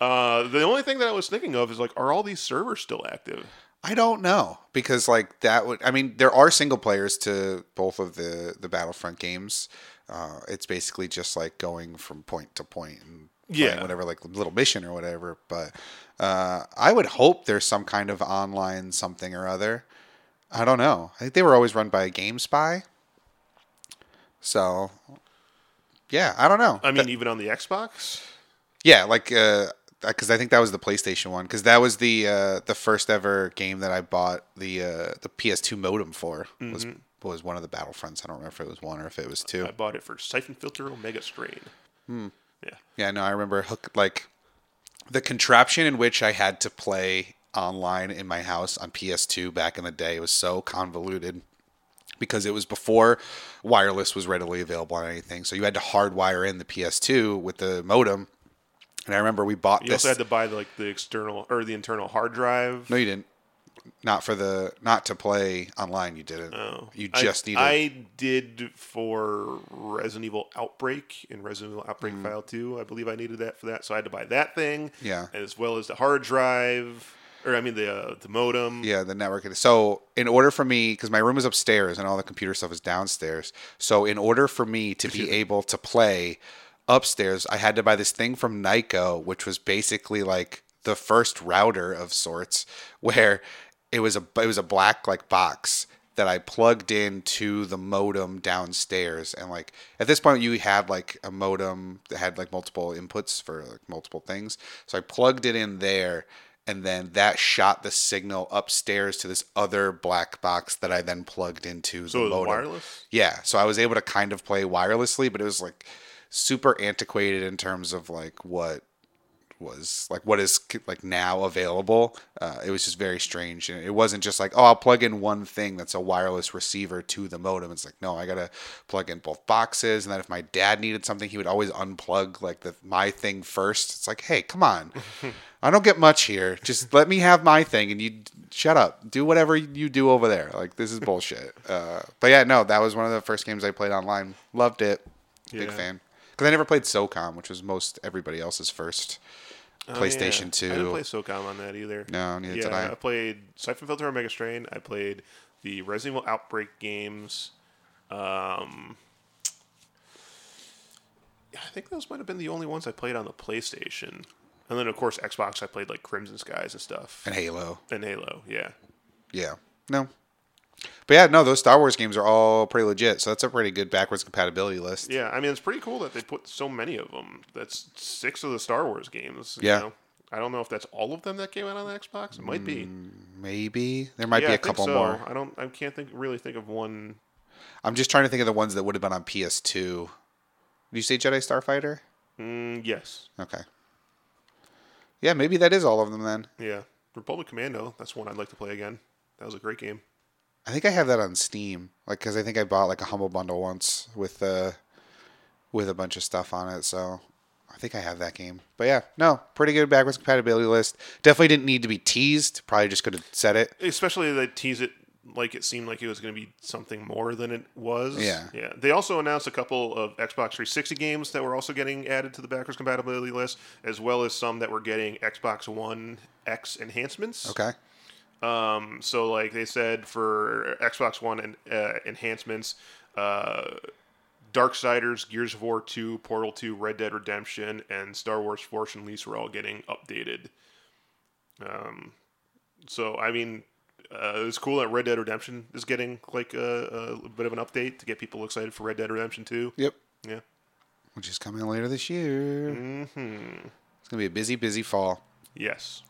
Uh, the only thing that I was thinking of is like, are all these servers still active? I don't know because like that would. I mean, there are single players to both of the the Battlefront games. Uh, it's basically just like going from point to point and playing Yeah. whatever like little mission or whatever. But uh, I would hope there's some kind of online something or other. I don't know. I think they were always run by GameSpy. So, yeah, I don't know. I mean, even on the Xbox? Yeah, like because I think that was the PlayStation one because that was the uh, the first ever game that I bought the uh, the PS2 modem for was Mm-hmm. was one of the Battlefronts. I don't remember if it was one or if it was two. I bought it for Siphon Filter Omega Strain. Yeah. Yeah, no, I remember hook, like the contraption in which I had to play online in my house on PS2 back in the day was so convoluted because it was before wireless was readily available on anything. So you had to hardwire in the PS2 with the modem. And I remember we bought You this. also had to buy like the external or the internal hard drive. No, you didn't. Not for the not to play online. You didn't. You Oh. I- just needed. I did for Resident Evil Outbreak and Resident Evil Outbreak Mm. File 2. I believe I needed that for that. So I had to buy that thing. Yeah. As well as the hard drive. Or I mean the uh, the modem. yeah, the network. So in order for me, because my room is upstairs and all the computer stuff is downstairs, so in order for me to be able to play upstairs, I had to buy this thing from Nyko, which was basically like the first router of sorts, where it was a it was a black like box that I plugged into the modem downstairs. And like at this point, you had like a modem that had like multiple inputs for like multiple things. So I plugged it in there, and then that shot the signal upstairs to this other black box that I then plugged into So it the was modem. wireless. Yeah, so I was able to kind of play wirelessly, but it was like super antiquated in terms of like what was like what is like now available. Uh, it was just very strange, and it wasn't just like oh I'll plug in one thing that's a wireless receiver to the modem. It's like no, I gotta plug in both boxes, and then if my dad needed something, he would always unplug like the my thing first. It's like hey, come on. I don't get much here. Just let me have my thing, and you shut up. Do whatever you do over there. Like this is bullshit. Uh, but yeah, no, that was one of the first games I played online. Loved it. Big Yeah. fan. Because I never played SOCOM, which was most everybody else's first. PlayStation Two. Oh, I didn't play SOCOM on that either. No, neither yeah, did I. played Siphon Filter Omega Strain. I played the Resident Evil Outbreak games. Um, I think those might have been the only ones I played on the PlayStation. And then, of course, Xbox, I played like Crimson Skies and stuff. and Halo. And Halo, yeah. Yeah. No. But yeah, no, those Star Wars games are all pretty legit. So that's a pretty good backwards compatibility list. Yeah, I mean, it's pretty cool that they put so many of them. That's six of the Star Wars games. you Yeah. know? I don't know if that's all of them that came out on the Xbox. It might be. Maybe there Mm, might yeah, be I a think couple so. more. I don't. I can't think. Really think of one. I'm just trying to think of the ones that would have been on PS2. Did you say Jedi Starfighter? Mm, yes. Okay. Yeah, maybe that is all of them then. Yeah. Republic Commando. That's one I'd like to play again. That was a great game. I think I have that on Steam, like because I think I bought like a humble bundle once with uh with a bunch of stuff on it. So I think I have that game. But yeah, no, pretty good backwards compatibility list. Definitely didn't need to be teased. Probably just could have said it. Especially they tease it like it seemed like it was going to be something more than it was. Yeah. Yeah. They also announced a couple of Xbox 360 games that were also getting added to the backwards compatibility list, as well as some that were getting Xbox One X enhancements. Okay. Um, so like they said for Xbox One and uh, enhancements, uh, Darksiders, Gears of War 2, Portal 2, Red Dead Redemption, and Star Wars Force and Lease were all getting updated. Um, so I mean, uh, it's cool that Red Dead Redemption is getting like a, a bit of an update to get people excited for Red Dead Redemption 2. Yep. Yeah. Which is coming later this year. It's gonna be a busy, busy fall. Yes.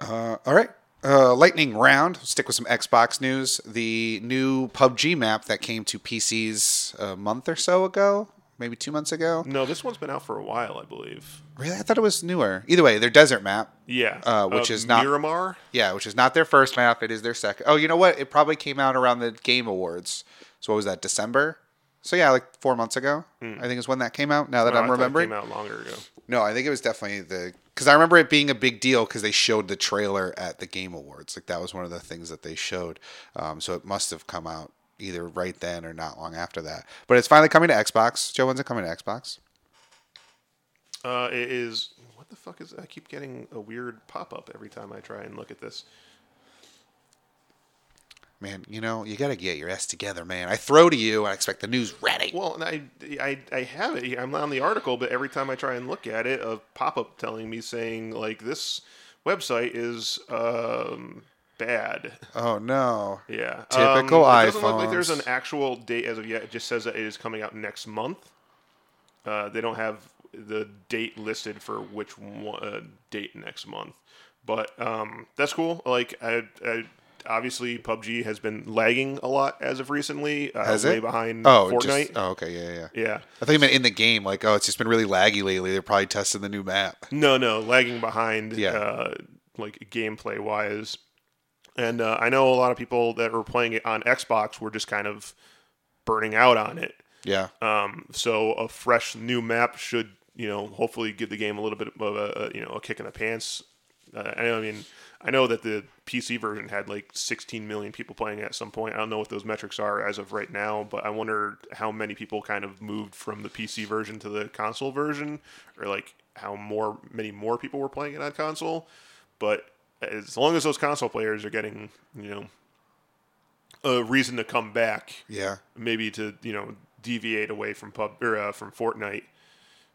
Uh, all right. Uh, lightning round. Stick with some Xbox news. The new PUBG map that came to PCs a month or so ago, maybe two months ago. No, this one's been out for a while, I believe. Really, I thought it was newer. Either way, their desert map. Yeah. Uh, which is not- Miramar. Yeah, which is not their first map. It is their second. Oh, you know what? It probably came out around the Game Awards. So what was that? December. So yeah, like four months ago. I think is when that came out. Now that Oh, Hmm. I I'm thought it remembering. came out longer ago. No, I think it was definitely the because I remember it being a big deal because they showed the trailer at the Game Awards. Like that was one of the things that they showed. Um, so it must have come out either right then or not long after that. But it's finally coming to Xbox. Joe, when's it coming to Xbox? Uh, it is what the fuck is? I keep getting a weird pop up every time I try and look at this. Man, you know you gotta get your s together, man. I throw to you and I expect the news ready. Well, and I, I, I have it. I'm on the article, but every time I try and look at it, a pop up telling me saying like this website is um, bad. Oh no. Yeah, Typical um, It doesn't look like iPhones. there's an actual date as of yet. It just says that it is coming out next month. Uh, they don't have the date listed for which one, uh, date next month, but um, that's cool. Like, I, I, obviously PUBG has been lagging a lot as of recently. Uh, Has way it? behind Oh, Fortnite. Just, oh, okay, yeah, yeah, yeah. yeah. I thought you meant in the game. Like, oh, it's just been really laggy lately. They're probably testing the new map. No, no, lagging behind. Yeah. Uh, like gameplay wise, and uh, I know a lot of people that were playing it on Xbox were just kind of burning out on it. Yeah. Um, so a fresh new map should, you know, hopefully give the game a little bit of a, a you know a kick in the pants. Uh, I I mean, I know that the PC version had like 16 million people playing it at some point. I don't know what those metrics are as of right now, but I wonder how many people kind of moved from the PC version to the console version, or like how more many more people were playing it on console. But as long as those console players are getting, you know, a reason to come back, Yeah. maybe to you know deviate away from pub or uh, from Fortnite,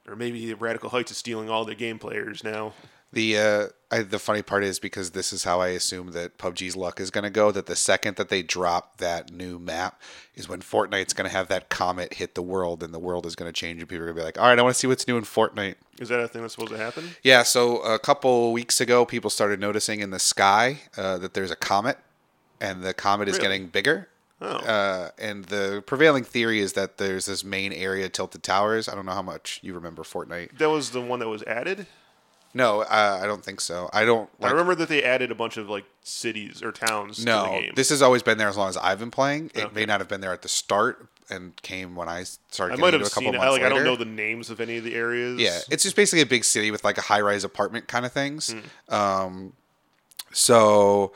or maybe Radical Heights is stealing all the game players now. The uh, I, the funny part is because this is how I assume that PUBG's luck is going to go. That the second that they drop that new map is when Fortnite's going to have that comet hit the world, and the world is going to change, and people are going to be like, "All right, I want to see what's new in Fortnite." Is that a thing that's supposed to happen? Yeah. So a couple weeks ago, people started noticing in the sky uh, that there's a comet, and the comet is Really? getting bigger. Oh. Uh, and the prevailing theory is that there's this main area, Tilted Towers. I don't know how much you remember Fortnite. That was the one that was added. No, uh, I don't think so. I don't. I Like, remember that they added a bunch of like cities or towns to the No, game. this has always been there as long as I've been playing. It Okay. may not have been there at the start and came when I started. I getting might into have a couple seen it. I, months like I don't later. know the names of any of the areas. Yeah, it's just basically a big city with like a high-rise apartment kind of things. Hmm. Um, so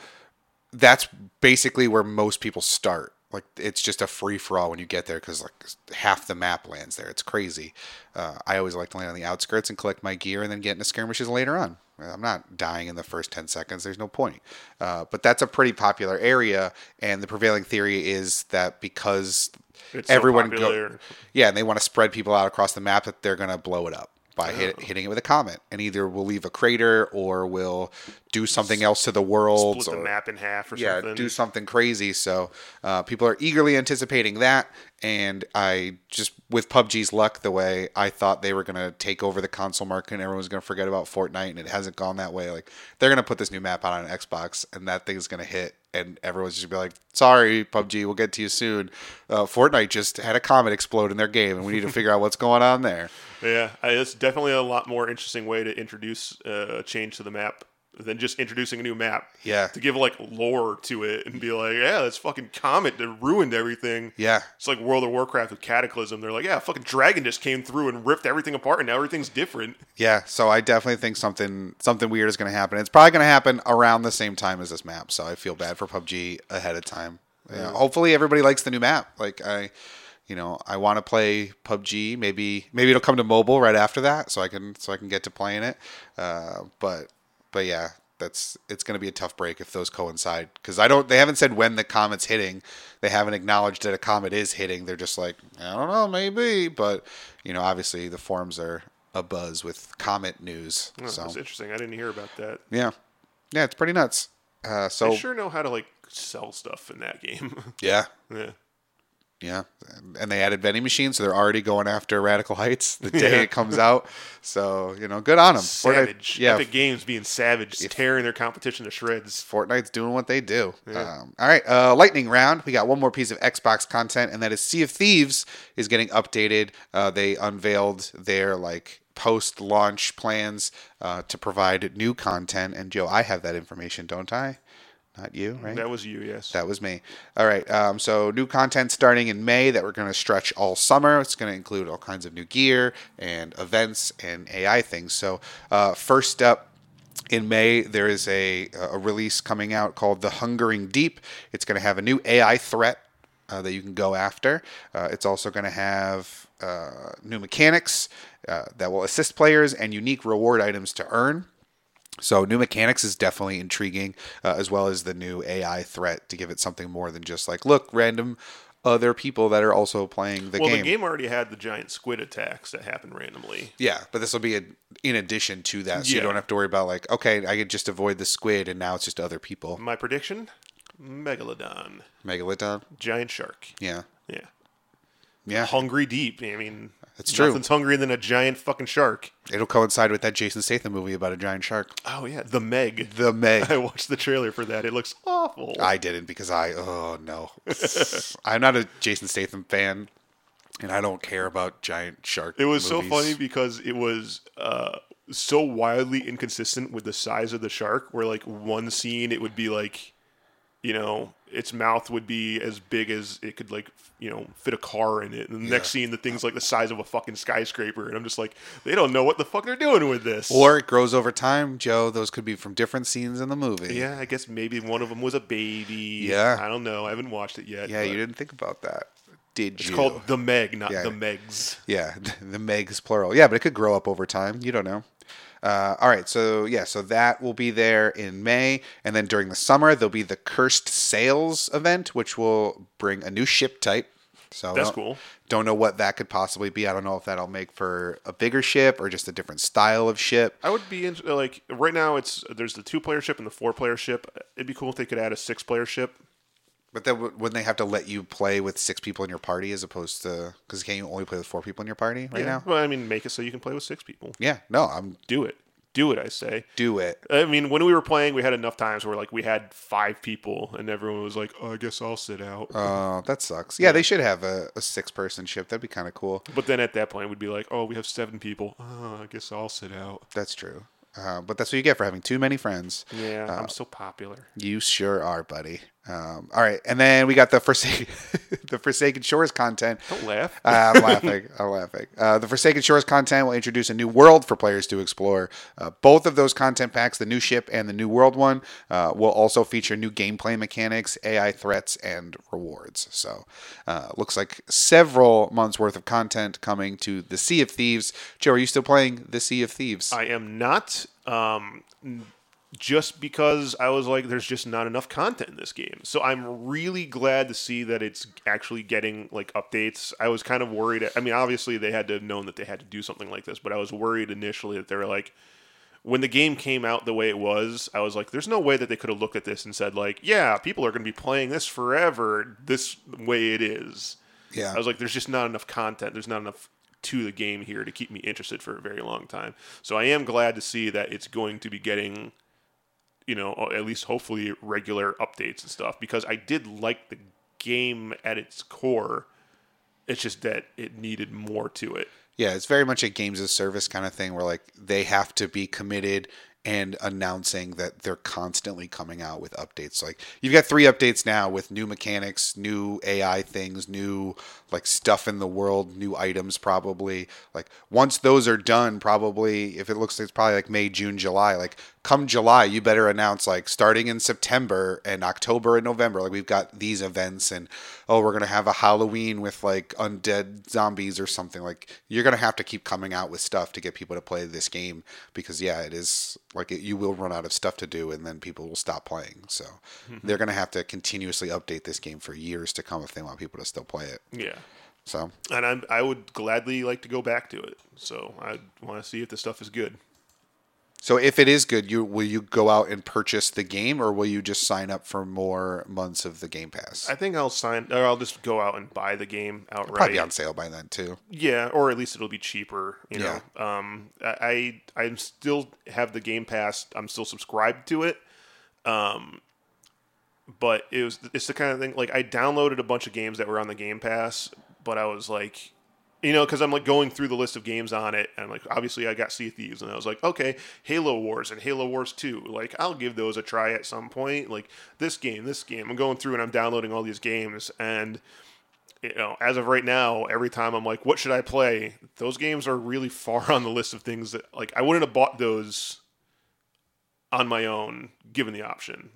that's basically where most people start like it's just a free for all when you get there because like half the map lands there. It's crazy. Uh, I always like to land on the outskirts and collect my gear and then get into skirmishes later on. I'm not dying in the first 10 seconds. There's no point. Uh, but that's a pretty popular area. And the prevailing theory is that because It's so everyone popular. go, yeah, and they want to spread people out across the map that they're going to blow it up Oh. by hit, hitting it with a comet and either will leave a crater or will do something else to the world split the or map in half or yeah, something. do something crazy. So uh, people are eagerly anticipating that, and I just with PUBG's luck, the way I thought they were gonna take over the console market and everyone was gonna forget about Fortnite, and it hasn't gone that way. Like they're gonna put this new map out on Xbox, and that thing's gonna hit, and everyone's just gonna be like, "Sorry, PUBG, we'll get to you soon." Uh, Fortnite just had a comet explode in their game, and we need to figure out what's going on there. Yeah, I, it's definitely a lot more interesting way to introduce uh, a change to the map than just introducing a new map. Yeah. To give like lore to it and be like, yeah, this fucking comet that ruined everything. Yeah, It's like World of Warcraft with Cataclysm. They're like, yeah, a fucking dragon just came through and ripped everything apart, and now everything's different. Yeah, so I definitely think something something weird is going to happen. It's probably going to happen around the same time as this map, so I feel bad for PUBG ahead of time. Yeah, hopefully everybody likes the new map. Like I, you know, I want to play PUBG. Maybe maybe it'll come to mobile right after that, so I can so I can get to playing it. Uh, but but yeah, that's it's going to be a tough break if those coincide because I don't. They haven't said when the comet's hitting. They haven't acknowledged that a comet is hitting. They're just like I don't know, maybe. But you know, obviously the forums are abuzz with comet news. Oh, so That's interesting. I didn't hear about that. yeah, yeah, it's pretty nuts. Uh, so They sure know how to like sell stuff in that game. yeah, yeah. Yeah, and they added vending machines, so they're already going after Radical Heights the day it comes out. So you know, good on them. Savage. yeah, Epic Games being savage, just tearing their competition to shreds. Fortnite's doing what they do. Um, all right, uh, lightning round. We got one more piece of Xbox content, and that is Sea of Thieves is getting updated. Uh, they unveiled their like post-launch plans uh, to provide new content. And Joe, I have that information, don't I? Not you, right? That was you, yes. That was me. All right. Um, so new content starting in May that we're going to stretch all summer. It's going to include all kinds of new gear and events and AI things. So uh, first up. In May, there is a, a release coming out called The Hungering Deep. It's going to have a new AI threat uh, that you can go after. Uh, it's also going to have uh, new mechanics uh, that will assist players and unique reward items to earn. So new mechanics is definitely intriguing, uh, as well as the new AI threat to give it something more than just like look random other people that are also playing the well, game. the game already had the giant squid attacks that happen randomly. Yeah, but this will be a, in addition to that, so you Yeah. don't have to worry about like okay, I could just avoid the squid, and now it's just other people. My prediction: Megalodon, Megalodon. giant shark. Yeah, Yeah, yeah. hungry deep. I mean, It's true. Nothing's hungrier than a giant fucking shark. It'll coincide with that Jason Statham movie about a giant shark. Oh yeah, the Meg. The Meg. I watched the trailer for that. It looks awful. I didn't because I oh no, I'm not a Jason Statham fan, and I don't care about giant shark. it was so movies. funny because it was uh, so wildly inconsistent with the size of the shark. Where like one scene, it would be like, you know, its mouth would be as big as it could like, f- you know, fit a car in it. And the next scene, the thing's like the size of a fucking skyscraper. And I'm just like, they don't know what the fuck they're doing with this. Or it grows over time, Joe. Those could be from different scenes in the movie. yeah, I guess maybe one of them was a baby. Yeah. I don't know. I haven't watched it yet. Yeah, but you didn't think about that, did It's you? called the Meg, not Yeah. the Megs. yeah, the Meg's plural. Yeah, but it could grow up over time. You don't know. Uh, all right, so yeah, so that will be there in May, and then during the summer there'll be the Cursed Sails event, which will bring a new ship type. So That's don't- cool. Don't know what that could possibly be. I don't know if that'll make for a bigger ship or just a different style of ship. I would be in, like right now. It's there's the two player ship and the four player ship. It'd be cool if they could add a six player ship. But then w- wouldn't they have to let you play with six people in your party as opposed to because can't you only play with four people in your party right now? Well, I mean, make it so you can play with six people. Yeah, no, I'm Do it. Do it. I say. do it. I mean, when we were playing, we had enough times where like we had five people, and everyone was like, oh, "I guess I'll sit out." Oh, that sucks. Yeah, they should have a, a six person ship. That'd be kind of cool. but then at that point, we'd be like, "Oh, we have seven people. Oh, I guess I'll sit out." That's true. Uh, but that's what you get for having too many friends. Yeah, I'm so popular. You sure are, buddy. Um, all right, and then we got the Forsaken, the Forsaken Shores content. Don't laugh. Uh, I'm laughing. I'm laughing. Uh, the Forsaken Shores content will introduce a new world for players to explore. Uh, both of those content packs, the new ship and the new world one, uh, will also feature new gameplay mechanics, AI threats, and rewards. So, uh, looks like several months worth of content coming to the Sea of Thieves. Joe, are you still playing the Sea of Thieves? I am not. Um, just because I was like, there's just not enough content in this game. So I'm really glad to see that it's actually getting like updates. I was kind of worried. I mean, obviously they had to have known that they had to do something like this, but I was worried initially that they were like, when the game came out the way it was, I was like, there's no way that they could have looked at this and said like, yeah, people are going to be playing this forever this way it is. yeah. I was like, there's just not enough content. There's not enough to the game here to keep me interested for a very long time. So I am glad to see that it's going to be getting, you know, or at least hopefully regular updates and stuff because I did like the game at its core. It's just that it needed more to it. Yeah, it's very much a games as service kind of thing where like they have to be committed and announcing that they're constantly coming out with updates. Like you've got three updates now with new mechanics, new AI things, new like stuff in the world, new items probably. Like once those are done, probably if it looks like it's probably like May, June, July, like come July, you better announce like starting in September and October and November. Like we've got these events and oh, we're gonna have a Halloween with like undead zombies or something. Like you're gonna have to keep coming out with stuff to get people to play this game because yeah, it is like it, you will run out of stuff to do and then people will stop playing. So they're gonna have to continuously update this game for years to come if they want people to still play it. Yeah. So And I'm, I would gladly like to go back to it. So I want to see if this stuff is good. so if it is good, you will you go out and purchase the game or will you just sign up for more months of the Game Pass? I think I'll sign, or I'll just go out and buy the game outright. Probably on sale by then too. Yeah, or at least it'll be cheaper. You know, um, I I- I'm still have the Game Pass. I'm still subscribed to it. Um, but it was it's the kind of thing like I downloaded a bunch of games that were on the Game Pass, but I was like, you know, because I'm like going through the list of games on it, and like obviously I got Sea of Thieves, and I was like, okay, Halo Wars and Halo Wars Two, like I'll give those a try at some point. Like this game, this game, I'm going through and I'm downloading all these games, and you know, as of right now, every time I'm like, what should I play? Those games are really far on the list of things that like I wouldn't have bought those on my own given the option.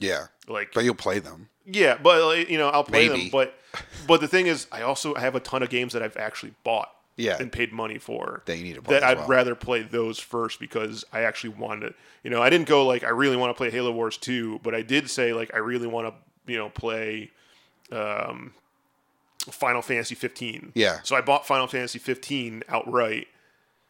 Yeah. Like But you'll play them. yeah, but like, you know, I'll play Maybe. them, but but the thing is I also have a ton of games that I've actually bought Yeah. and paid money for. That you need to play That as I'd well. rather play those first because I actually wanted to, you know, I didn't go like I really want to play Halo Wars 2, but I did say like I really want to, you know, play um Final Fantasy 15. Yeah. So I bought Final Fantasy 15 outright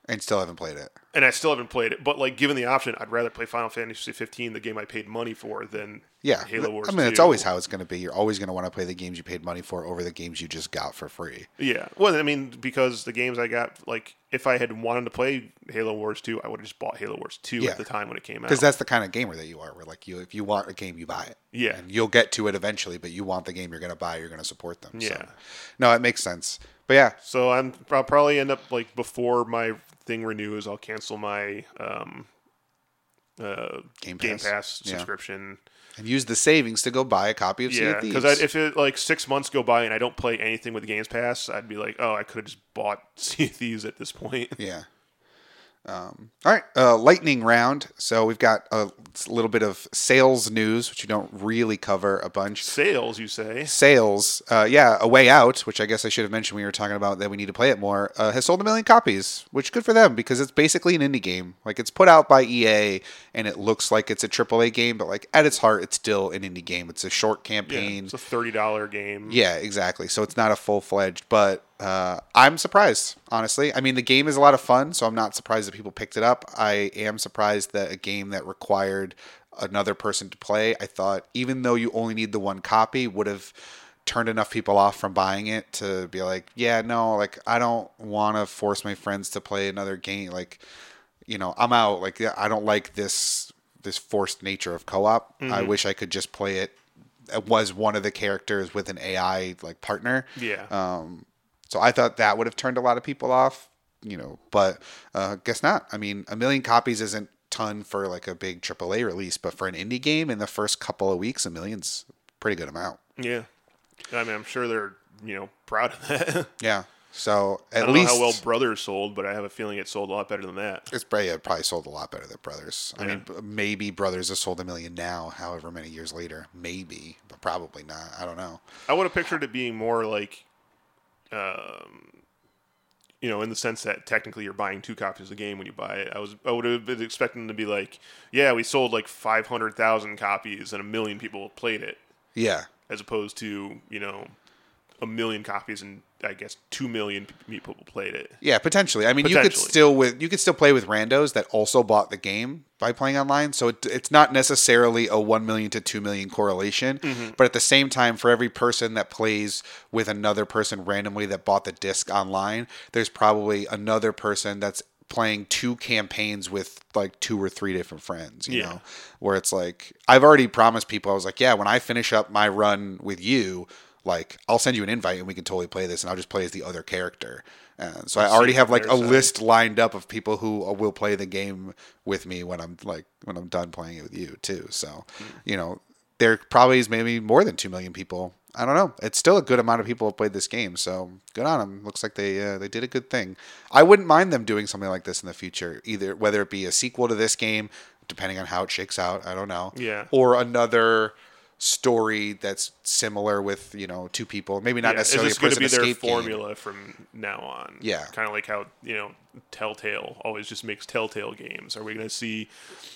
and still haven't played it. and I still haven't played it, but like given the option, I'd rather play Final Fantasy 15, the game I paid money for than Yeah, Halo Wars I mean, it's 2. always how it's going to be. You're always going to want to play the games you paid money for over the games you just got for free. Yeah. Well, I mean, because the games I got, like, if I had wanted to play Halo Wars 2, I would have just bought Halo Wars 2 Yeah. at the time when it came out. Because that's the kind of gamer that you are. Where like you, if you want a game, you buy it. Yeah. and you'll get to it eventually. But you want the game you're going to buy. You're going to support them. So. Yeah. No, it makes sense. But yeah, so I'm, I'll probably end up, like, before my thing renews, I'll cancel my um, uh, Game Game Pass. Pass Yeah. subscription. and use the savings to go buy a copy of Sea Yeah. of Because Thieves. if, it, like, six months go by and I don't play anything with Games Pass, I'd be like, oh, I could have just bought Sea of Thieves at this point. Yeah. Um, all right, uh, lightning round. So we've got a little bit of sales news, which you don't really cover a bunch. Sales, you say? sales, uh, yeah, A Way Out, which I guess I should have mentioned when we were talking about that we need to play it more, uh, has sold a million copies, which good for them because it's basically an indie game. Like it's put out by EA and it looks like it's a AAA game, but like at its heart, it's still an indie game. It's a short Yeah, campaign. it's a $30 game. Yeah, exactly. So it's not a full fledged, but uh, I'm surprised, honestly. I mean, the game is a lot of fun, so I'm not surprised that people picked it up. I am surprised that a game that required another person to play, I thought, even though you only need the one copy, would have turned enough people off from buying it to be like, yeah, no, like, I don't want to force my friends to play another game. Like, you know, I'm out. Like, I don't like this this forced nature of co-op. I Mm-hmm. wish I could just play it was one of the characters with an AI like partner. Yeah. Um, so I thought that would have turned a lot of people off, you know, but uh, guess not. I mean, a million copies isn't ton for like a big AAA release, but for an indie game in the first couple of weeks, a million's pretty good amount. Yeah. I mean, I'm sure they're you know proud of that. Yeah. So I at don't least know how well Brothers sold, but I have a feeling it sold a lot better than that. it's probably, it probably sold a lot better than Brothers. I Yeah. mean, b- maybe Brothers has sold a million now, however many years later. Maybe, but probably not. I don't know. I would have pictured it being more like, um, you know, in the sense that technically you're buying two copies of the game when you buy it. I was I would have been expecting to be like, yeah, we sold like five hundred thousand copies and a million people played it, Yeah. as opposed to you know, a million copies and I guess two million p- people played it. Yeah, potentially. I mean, you could Potentially. still with you could still play with randos that also bought the game by playing online. So it, it's not necessarily a one million to two million correlation, Mm-hmm. but at the same time, for every person that plays with another person randomly that bought the disc online, there's probably another person that's playing two campaigns with like two or three different friends. You Yeah. know, where it's like I've already promised people. I was like, yeah, when I finish up my run with you. Like I'll send you an invite and we can totally play this, and I'll just play as the other character. Uh, so I already see have like their a side. list lined up of people who uh, will play the game with me when I'm like when I'm done playing it with you too. So, Hmm. you know, there probably is maybe more than two million people. I don't know. It's still a good amount of people have played this game, so good on them. Looks like they uh, they did a good thing. I wouldn't mind them doing something like this in the future, either whether it be a sequel to this game, depending on how it shakes out. I don't know Yeah. or another story that's similar with you know two people maybe not Yeah, is necessarily this a going to prison be their escape game. formula from now on? Yeah. kind of like how you know Telltale always just makes Telltale games. Are we going to see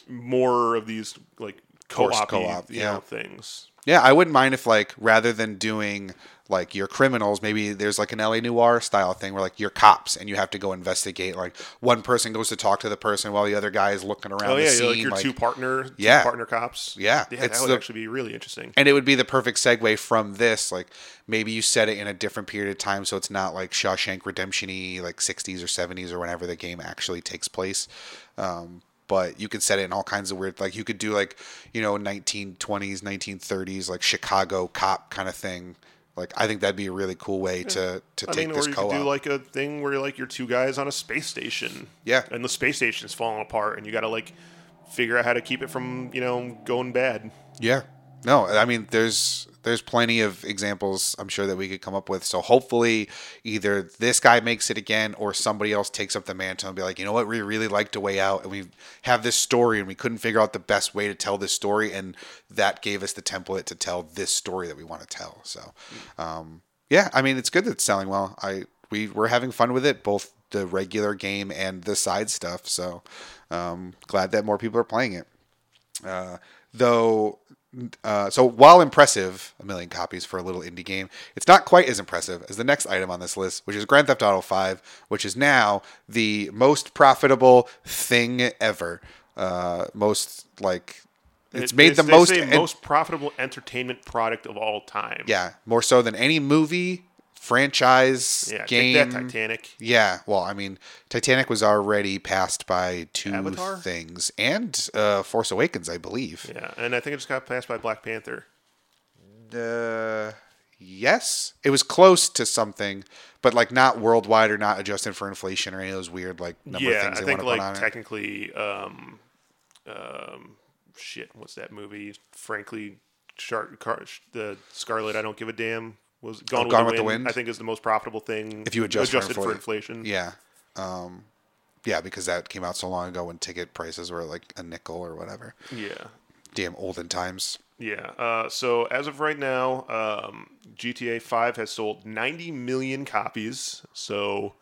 more of these like co-op, co-op, you yeah. know, things? Yeah, I wouldn't mind if like rather than doing like your criminals, maybe there's like an LA Noir style thing where like you're cops and you have to go investigate. Like one person goes to talk to the person while the other guy is looking around Oh the yeah, scene. you're like your two partner, two Yeah. partner cops. Yeah, yeah, that it's would the- actually be really interesting. and it would be the perfect segue from this. Like maybe you set it in a different period of time, so it's not like Shawshank Redemption y, like 60s or 70s or whenever the game actually takes place. Um, but you could set it in all kinds of weird. Like you could do like you know 1920s, 1930s, like Chicago cop kind of thing. Like I think that'd be a really cool way to to I take mean, or this you co-op. could do like a thing where like you're two guys on a space station. Yeah. and the space station is falling apart, and you got to like figure out how to keep it from you know going bad. Yeah. No, I mean there's there's plenty of examples I'm sure that we could come up with. So hopefully either this guy makes it again or somebody else takes up the mantle and be like, you know what, we really liked a way out and we have this story and we couldn't figure out the best way to tell this story and that gave us the template to tell this story that we want to tell. So um yeah, I mean it's good that it's selling well. I we we're having fun with it, both the regular game and the side stuff. So um glad that more people are playing it though uh, so while impressive a million copies for a little indie game it's not quite as impressive as the next item on this list which is grand theft auto 5 which is now the most profitable thing ever uh, most like it's It- made they- the they most, say and- most profitable entertainment product of all time. yeah more so than any movie franchise yeah, game take that Titanic. yeah, well, I mean, Titanic was already passed by two Avatar? things and uh, Force Awakens, I believe. Yeah, and I think it just got passed by Black Panther. Uh, yes, it was close to something, but like not worldwide or not adjusted for inflation or any of those weird like number yeah, of things I they think want to like put on it. technically, um, um, shit, what's that movie? Frankly, Shark, Car, sh- the Scarlet, I don't give a damn. Was Gone, with, Oh, Gone the Wind, I think is the most profitable thing If you adjust for adjusted for, inflation. inflation. Yeah, um, yeah, because that came out so long ago when ticket prices were like a nickel or whatever. yeah, Damn olden times. yeah. Uh, so as of right now, um, GTA Five has sold 90 million copies. So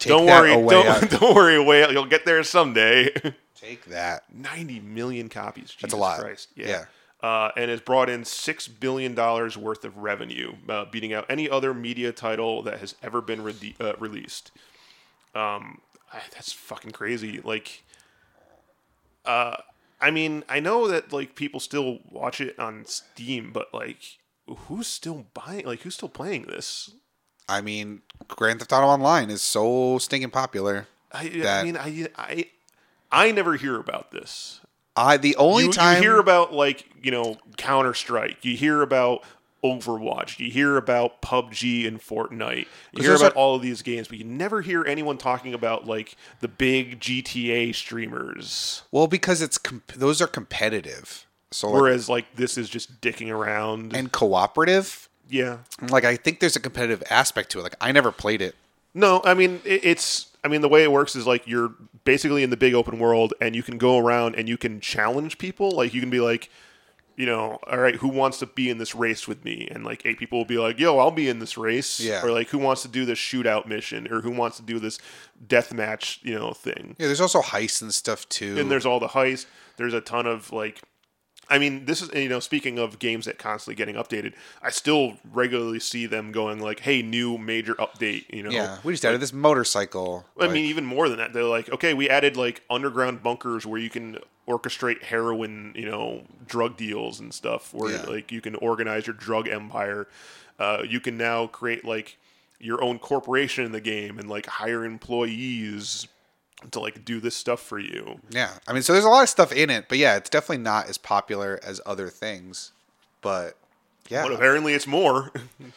Take don't that worry, away uh, don't, out- don't worry, away. You'll get there someday. Take that. 90 million copies. Jesus a lot. Christ. Yeah. Yeah. Uh, and it's brought in six billion dollars worth of revenue, uh, beating out any other media title that has ever been rede uh, released. Um, I- that's fucking crazy. Like, uh, I mean, I know that like people still watch it on Steam, but like, who's still buying? Like, who's still playing this? I mean, Grand Theft Auto Online is so stinking popular. I, I That- mean, I, I, I never hear about this. I the only you, you time hear about like you know Counter Strike, you hear about Overwatch, you hear about PUBG and Fortnite, you hear those about are- all of these games, but you never hear anyone talking about like the big GTA streamers. Well, because it's com- those are competitive. So like, Whereas like this is just dicking around. and cooperative. yeah. And, Like I think there's a competitive aspect to it. Like I never played it. No, I mean it, it's. I mean the way it works is like you're basically in the big open world, and you can go around and you can challenge people. Like you can be like, you know, all right, who wants to be in this race with me? And like eight people will be like, yo, I'll be in this race. Yeah. Or like, who wants to do this shootout mission? Or who wants to do this death match? You know, thing. Yeah, there's also heists and stuff too. and there's all the heist. There's a ton of like, I mean, this is you know, speaking of games that constantly getting updated, I still regularly see them going like, "Hey, new major update," you know. yeah, we just added this motorcycle. I mean, even more than that, they're like, "Okay, we added like underground bunkers where you can orchestrate heroin, you know, drug deals and stuff, where Yeah. like you can organize your drug empire. Uh, you can now create like." your own corporation in the game and like hire employees to like do this stuff for you yeah, I mean, so there's a lot of stuff in it, but yeah, it's definitely not as popular as other things. But yeah, But apparently, it's more.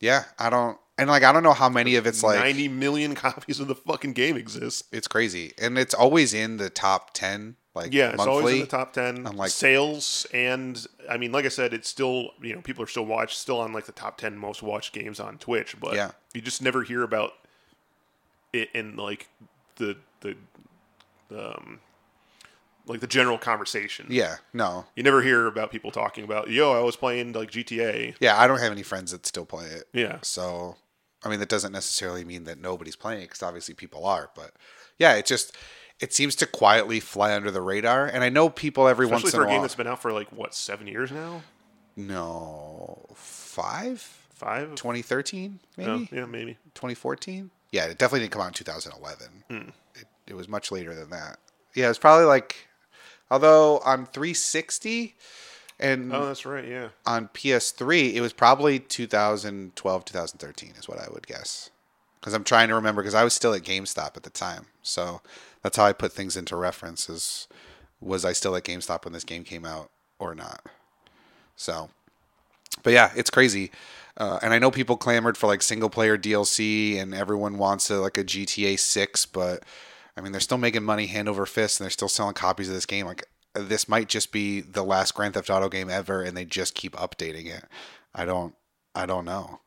yeah, I don't, and like I don't know how many of it's like Ninety million copies of the fucking game exist. it's crazy, and it's always in the top ten. Like Yeah, it's monthly. always in the top ten. I'm like- sales, and I mean, like I said, it's still you know people are still watched, still on like the top ten most watched games on Twitch. But Yeah. you just never hear about it in like the the um like the general conversation. Yeah, no, You never hear about people talking about yo, I was playing like GTA. yeah, I don't have any friends that still play it. Yeah, So, I mean, that doesn't necessarily mean that nobody's playing because obviously people are. But yeah, it just it seems to quietly fly under the radar. And I know people every especially once in for a a game while. that's been out for like what seven years now, No, five. five. 2013, maybe Oh, yeah, maybe. 2014. Yeah, it definitely didn't come out in 2011. Hmm. It, it was much later than that. Yeah, it's probably like, although on 360 and Oh, that's right. Yeah. on PS3, it was probably 2012, 2013 is what I would guess. Because I'm trying to remember because I was still at GameStop at the time, so that's how I put things into reference: is was I still at GameStop when this game came out or not? So, but yeah, it's crazy. Uh, and I know people clamored for like single player DLC, and everyone wants a, like a GTA Six, but I mean, they're still making money hand over fist, and they're still selling copies of this game. Like, this might just be the last Grand Theft Auto game ever, and they just keep updating it. I don't, I don't know.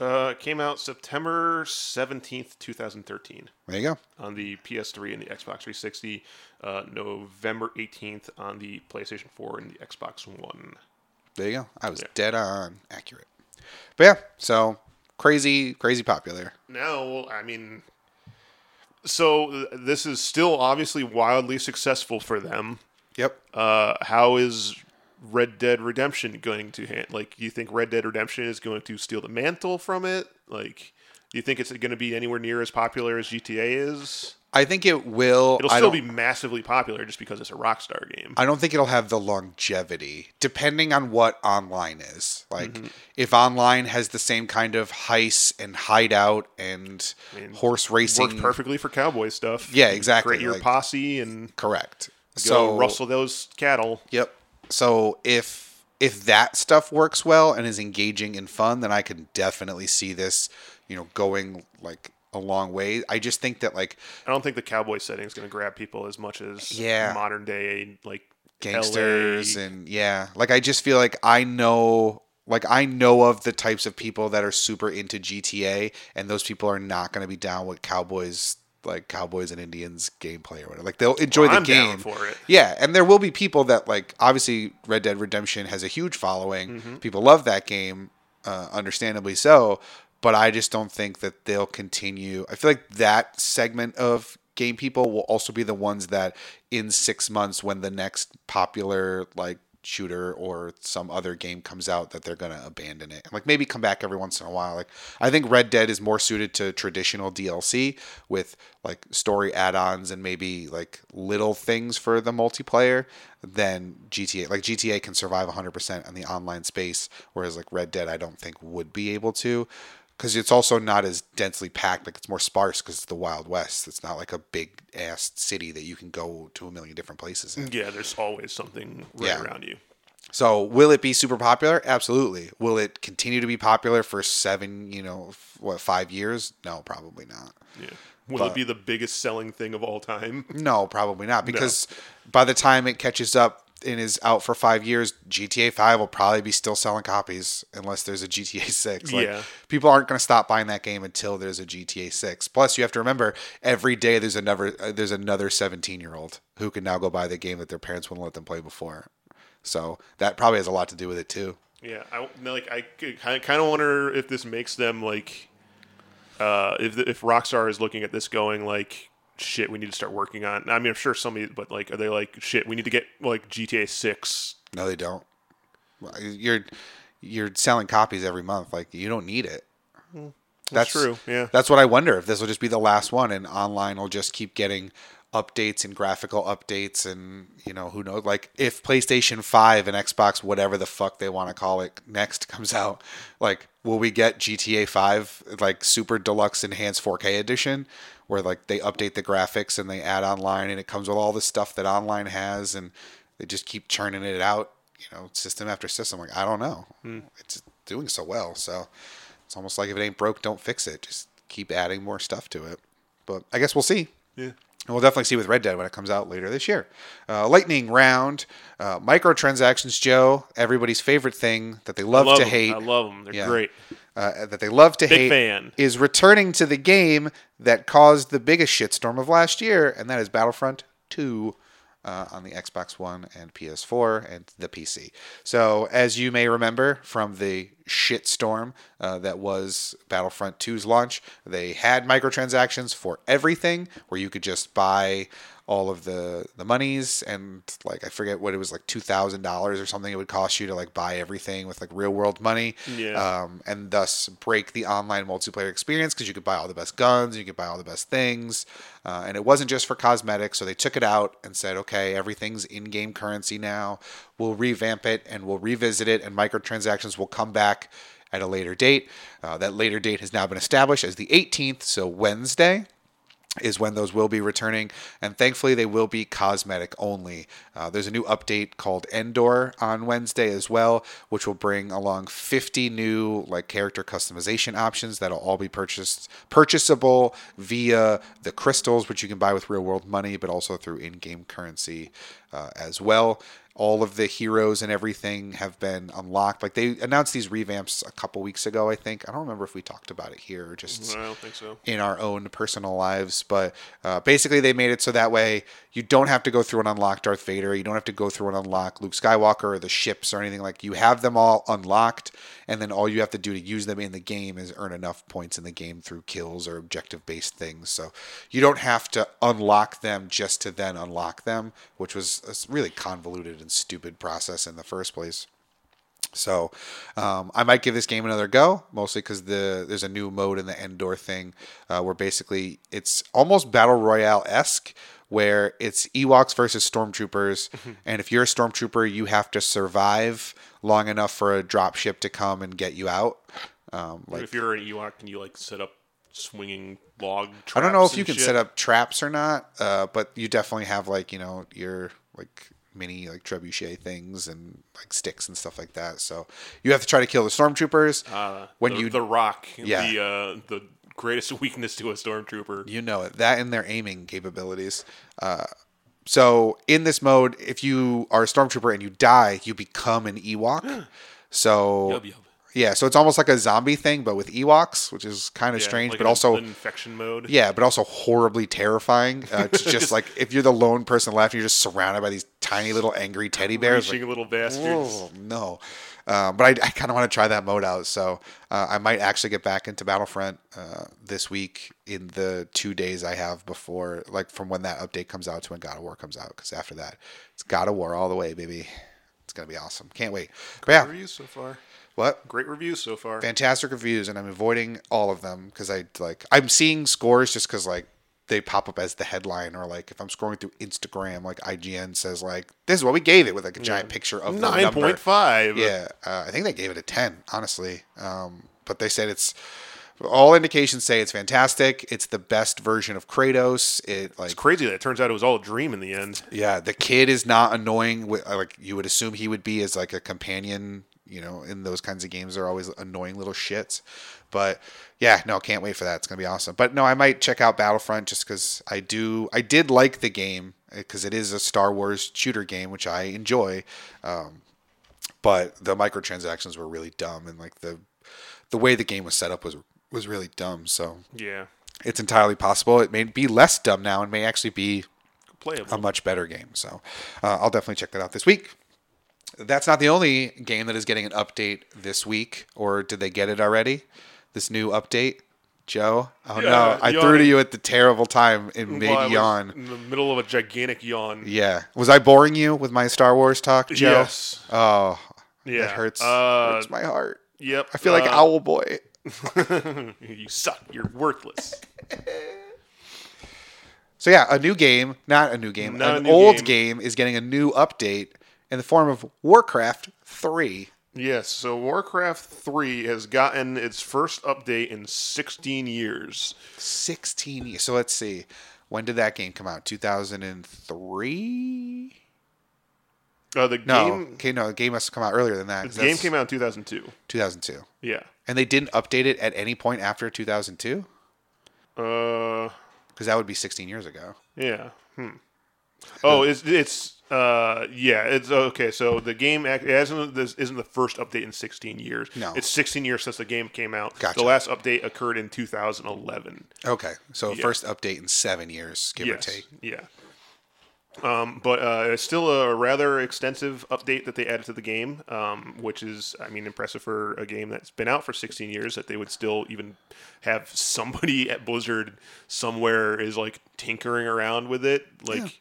Uh, it came out September 17th, 2013 There you go. on the PS3 and the Xbox 360, uh, November 18th on the PlayStation 4 and the Xbox One. There you go. I was dead on accurate. But yeah, so crazy, crazy popular. Now, I mean, so th- this is still obviously wildly successful for them. Yep. Uh, how is Red Dead Redemption going to hand? Like, do you think Red Dead Redemption is going to steal the mantle from it? Like, do you think it's going to be anywhere near as popular as GTA is? I think it will. It'll I still don't- be massively popular just because it's a Rockstar game. I don't think it'll have the longevity, depending on what online is. Like, Mm-hmm. if online has the same kind of heist and hideout and horse Worked racing, perfectly for cowboy stuff. Yeah, exactly, Create your like- posse and correct. go so rustle those cattle. Yep. So if if that stuff works well and is engaging and fun, then I can definitely see this, you know, going like a long way. I just think that like I don't think the cowboy setting is going to grab people as much as Yeah. modern day like gangsters LA. and yeah like i just feel like i know like i know of the types of people that are super into gta and those people are not going to be down with cowboys like cowboys and indians gameplay or whatever like they'll enjoy the Oh, I'm game down for it. yeah and there will be people that like obviously red dead redemption has a huge following people love that game uh, understandably so but i just don't think that they'll continue i feel like that segment of game people will also be the ones that in six months when the next popular like shooter or some other game comes out that they're going to abandon it and like maybe come back every once in a while like i think red dead is more suited to traditional dlc with like story add-ons and maybe like little things for the multiplayer than gta like gta can survive 100% on the online space whereas like red dead i don't think would be able to because it's also not as densely packed. Like it's more sparse because it's the Wild West. It's not like a big ass city that you can go to a million different places in. Yeah, there's always something right Yeah. around you. So will it be super popular? Absolutely. Will it continue to be popular for seven, you know, f- what five years? No, probably not. Yeah. Will it be the biggest selling thing of all time? No, probably not because by the time it catches up and is out for five years, GTA Five will probably be still selling copies unless there's a GTA Six. Like, Yeah. people aren't going to stop buying that game until there's a GTA Six. Plus, you have to remember every day there's another uh, there's another 17 year old who can now go buy the game that their parents wouldn't let them play before. So that probably has a lot to do with it too. Yeah, I no, like. I kind of wonder if this makes them like, uh, if the, if Rockstar is looking at this going like, shit, we need to start working on. I mean, I'm sure somebody, but like, are they like, shit, we need to get like GTA Six? No, they don't. Well, You're you're selling copies every month. Like you don't need it. That's true, yeah. That's what I wonder if this will just be the last one, and online will just keep getting updates and graphical updates, and you know who knows. Like if PlayStation Five and Xbox, whatever the fuck they want to call it, next comes out, like will we get GTA Five like super deluxe enhanced 4K edition, where like they update the graphics and they add online, and it comes with all the stuff that online has, and they just keep churning it out, you know, system after system. Like I don't know, it's doing so well, so. It's almost like if it ain't broke, don't fix it. Just keep adding more stuff to it. But I guess we'll see. Yeah. And we'll definitely see with Red Dead when it comes out later this year. Uh, lightning round, uh, microtransactions, Joe. Everybody's favorite thing that they love, Love to 'em. hate. I love them. They're Yeah. great. uh, that they love to hate fan. is returning to the game that caused the biggest shitstorm of last year, and that is Battlefront 2 uh, on the Xbox One and PS4 and the PC. So, as you may remember from the shitstorm uh, that was Battlefront 2's launch, they had microtransactions for everything where you could just buy all of the the monies and like I forget what it was like two thousand dollars or something it would cost you to like buy everything with like real world money Yeah. um, and thus break the online multiplayer experience because you could buy all the best guns you could buy all the best things uh, and it wasn't just for cosmetics so they took it out and said okay everything's in-game currency now we'll revamp it and we'll revisit it and microtransactions will come back at a later date uh, that later date has now been established as the 18th so wednesday is when those will be returning, and thankfully they will be cosmetic only. Uh, there's a new update called Endor on Wednesday as well, which will bring along 50 new like character customization options that'll all be purchased purchasable via the crystals, which you can buy with real world money, but also through in-game currency uh, as well all of the heroes and everything have been unlocked. Like they announced these revamps a couple weeks ago, I think. I don't remember if we talked about it here or just I don't think so. in our own personal lives. But uh, basically, they made it so that way you don't have to go through and unlock Darth Vader. You don't have to go through and unlock Luke Skywalker or the ships or anything. Like you have them all unlocked, and then all you have to do to use them in the game is earn enough points in the game through kills or objective based things. So you don't have to unlock them just to then unlock them, which was a s- really convoluted and stupid process in the first place. So um, I might give this game another go, mostly because the there's a new mode in the Endor thing uh, where basically it's almost battle royale esque, where it's Ewoks versus stormtroopers, and if you're a stormtrooper, you have to survive long enough for a dropship to come and get you out. Um, like if you're an Ewok, can you like set up swinging log? I don't know if you can set up traps or not, uh, but you definitely have like you know your like mini like trebuchet things and like sticks and stuff like that. So you have to try to kill the stormtroopers Ah, when Uh, the, you the Rock. Yeah. The uh, the greatest weakness to a stormtrooper. You know it. That and their aiming capabilities. Uh, so in this mode, if you are a stormtrooper and you die, you become an Ewok. So Yub, yub. yeah, so it's almost like a zombie thing, but with Ewoks, which is kind of Yeah, strange, like but an- also an infection mode. yeah, but also horribly terrifying. Uh, it's just like if you're the lone person left, you're just surrounded by these tiny little angry teddy bears. like, Reaching little bastards. Oh no. Uh, but I, I kind of want to try that mode out. So uh, I might actually get back into Battlefront uh, this week in the two days I have before, like from when that update comes out to when God of War comes out. Because after that, it's God of War all the way, baby. It's going to be awesome. Can't wait. But yeah, Reviews so far. what? Great reviews so far. fantastic reviews and i'm avoiding all of them because i like i'm seeing scores just because like they pop up as the headline or like if i'm scrolling through instagram like ign says like this is what we gave it with like a giant picture of the Nine number. point five. yeah uh, i think they gave it a 10 honestly um, but they said it's all indications say it's fantastic it's the best version of kratos it like Crazy that it turns out it was all a dream in the end. uh, yeah, the kid is not annoying. wi- Like you would assume he would be as like a companion, you know, in those kinds of games, they're always annoying little shits. But yeah, no, can't wait for that. It's gonna be awesome. But no, I might check out Battlefront just because I do. I did like the game because it is a Star Wars shooter game, which I enjoy. Um, but the microtransactions were really dumb, and like the the way the game was set up was was really dumb. So Yeah. it's entirely possible it may be less dumb now and may actually be Playable. a much better game. So uh, I'll definitely check that out this week. That's not the only game that is getting an update this week, or did they get it already? This new update, Joe. Oh Yeah, no, I threw to yawning. you at the terrible time and made While I was yawn. In the middle of a gigantic yawn. Yeah, was I boring you with my Star Wars talk, Joe? Yes. Oh, Yeah. it hurts. Uh, hurts my heart. Yep. I feel like uh, Owl Boy. you suck. You're worthless. So yeah, a new game, not a new game, Not a an new old game. game. is getting a new update in the form of Warcraft 3. Yes, so Warcraft 3 has gotten its first update in 16 years. 16 years. So let's see. When did that game come out? 2003? Uh, the No. game okay, no, the game must have come out earlier than that. the game came out in 2002. 2002. Yeah. And they didn't update it at any point after 2002? Uh Because that would be 16 years ago. yeah. Hmm. Oh, it's it's uh yeah, it's okay. So the game act- it hasn't this isn't the first update in 16 years. No. It's 16 years since the game came out. Gotcha. The last update occurred in 2011. Okay. So first update in seven years, give Yes. or take. Yeah. Um, but uh, it's still a rather extensive update that they added to the game, um, which is, I mean, impressive for a game that's been out for 16 years that they would still even have somebody at Blizzard somewhere is like tinkering around with it. Like,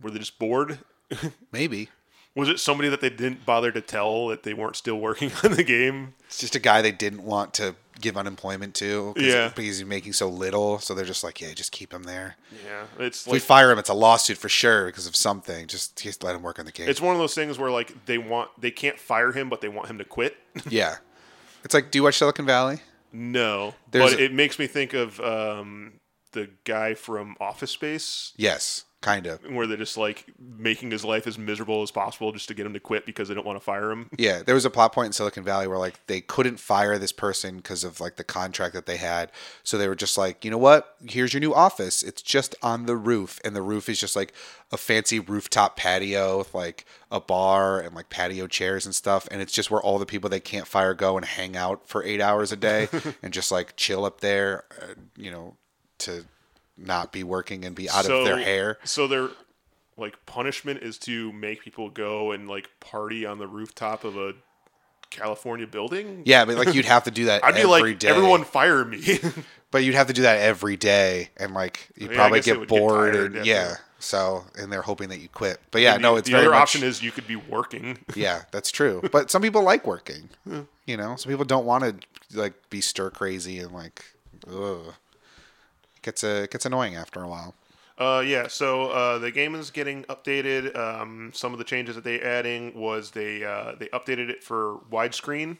were they just bored? Maybe. Was it somebody that they didn't bother to tell that they weren't still working on the game? It's just a guy they didn't want to give unemployment to 'cause- Yeah. because he's making so little. So they're just like, yeah, just keep him there. Yeah, it's If we like fire him, it's a lawsuit for sure because of something. Just, just let him work on the game. it's one of those things where like they want they can't fire him, but they want him to quit. yeah. It's like, do you watch Silicon Valley? No, There's but a- it makes me think of um, the guy from Office Space, Yes, kind of. where they're just like making his life as miserable as possible just to get him to quit because they don't want to fire him. Yeah, there was a plot point in Silicon Valley where like they couldn't fire this person because of like the contract that they had. So they were just like, you know what? Here's your new office. It's just on the roof, and the roof is just like a fancy rooftop patio with like a bar and like patio chairs and stuff. And it's just where all the people they can't fire go and hang out for eight hours a day and just like chill up there, uh, you know, to not be working and be out of their hair. So their like punishment is to make people go and like party on the rooftop of a California building. Yeah, but like you'd have to do that. I'd be every like, day. everyone fire me. But you'd have to do that every day, and like you'd Yeah, I probably guess it get would get bored, tired and after. yeah. So, and they're hoping that you quit. But yeah, The- no, it's the very other much, option is you could be working. yeah, that's true. But some people like working. You know, some people don't want to like be stir crazy and like, ugh. It gets a it gets annoying after a while. Uh, yeah, so uh, the game is getting updated. Um, some of the changes that they adding was they uh, they updated it for widescreen,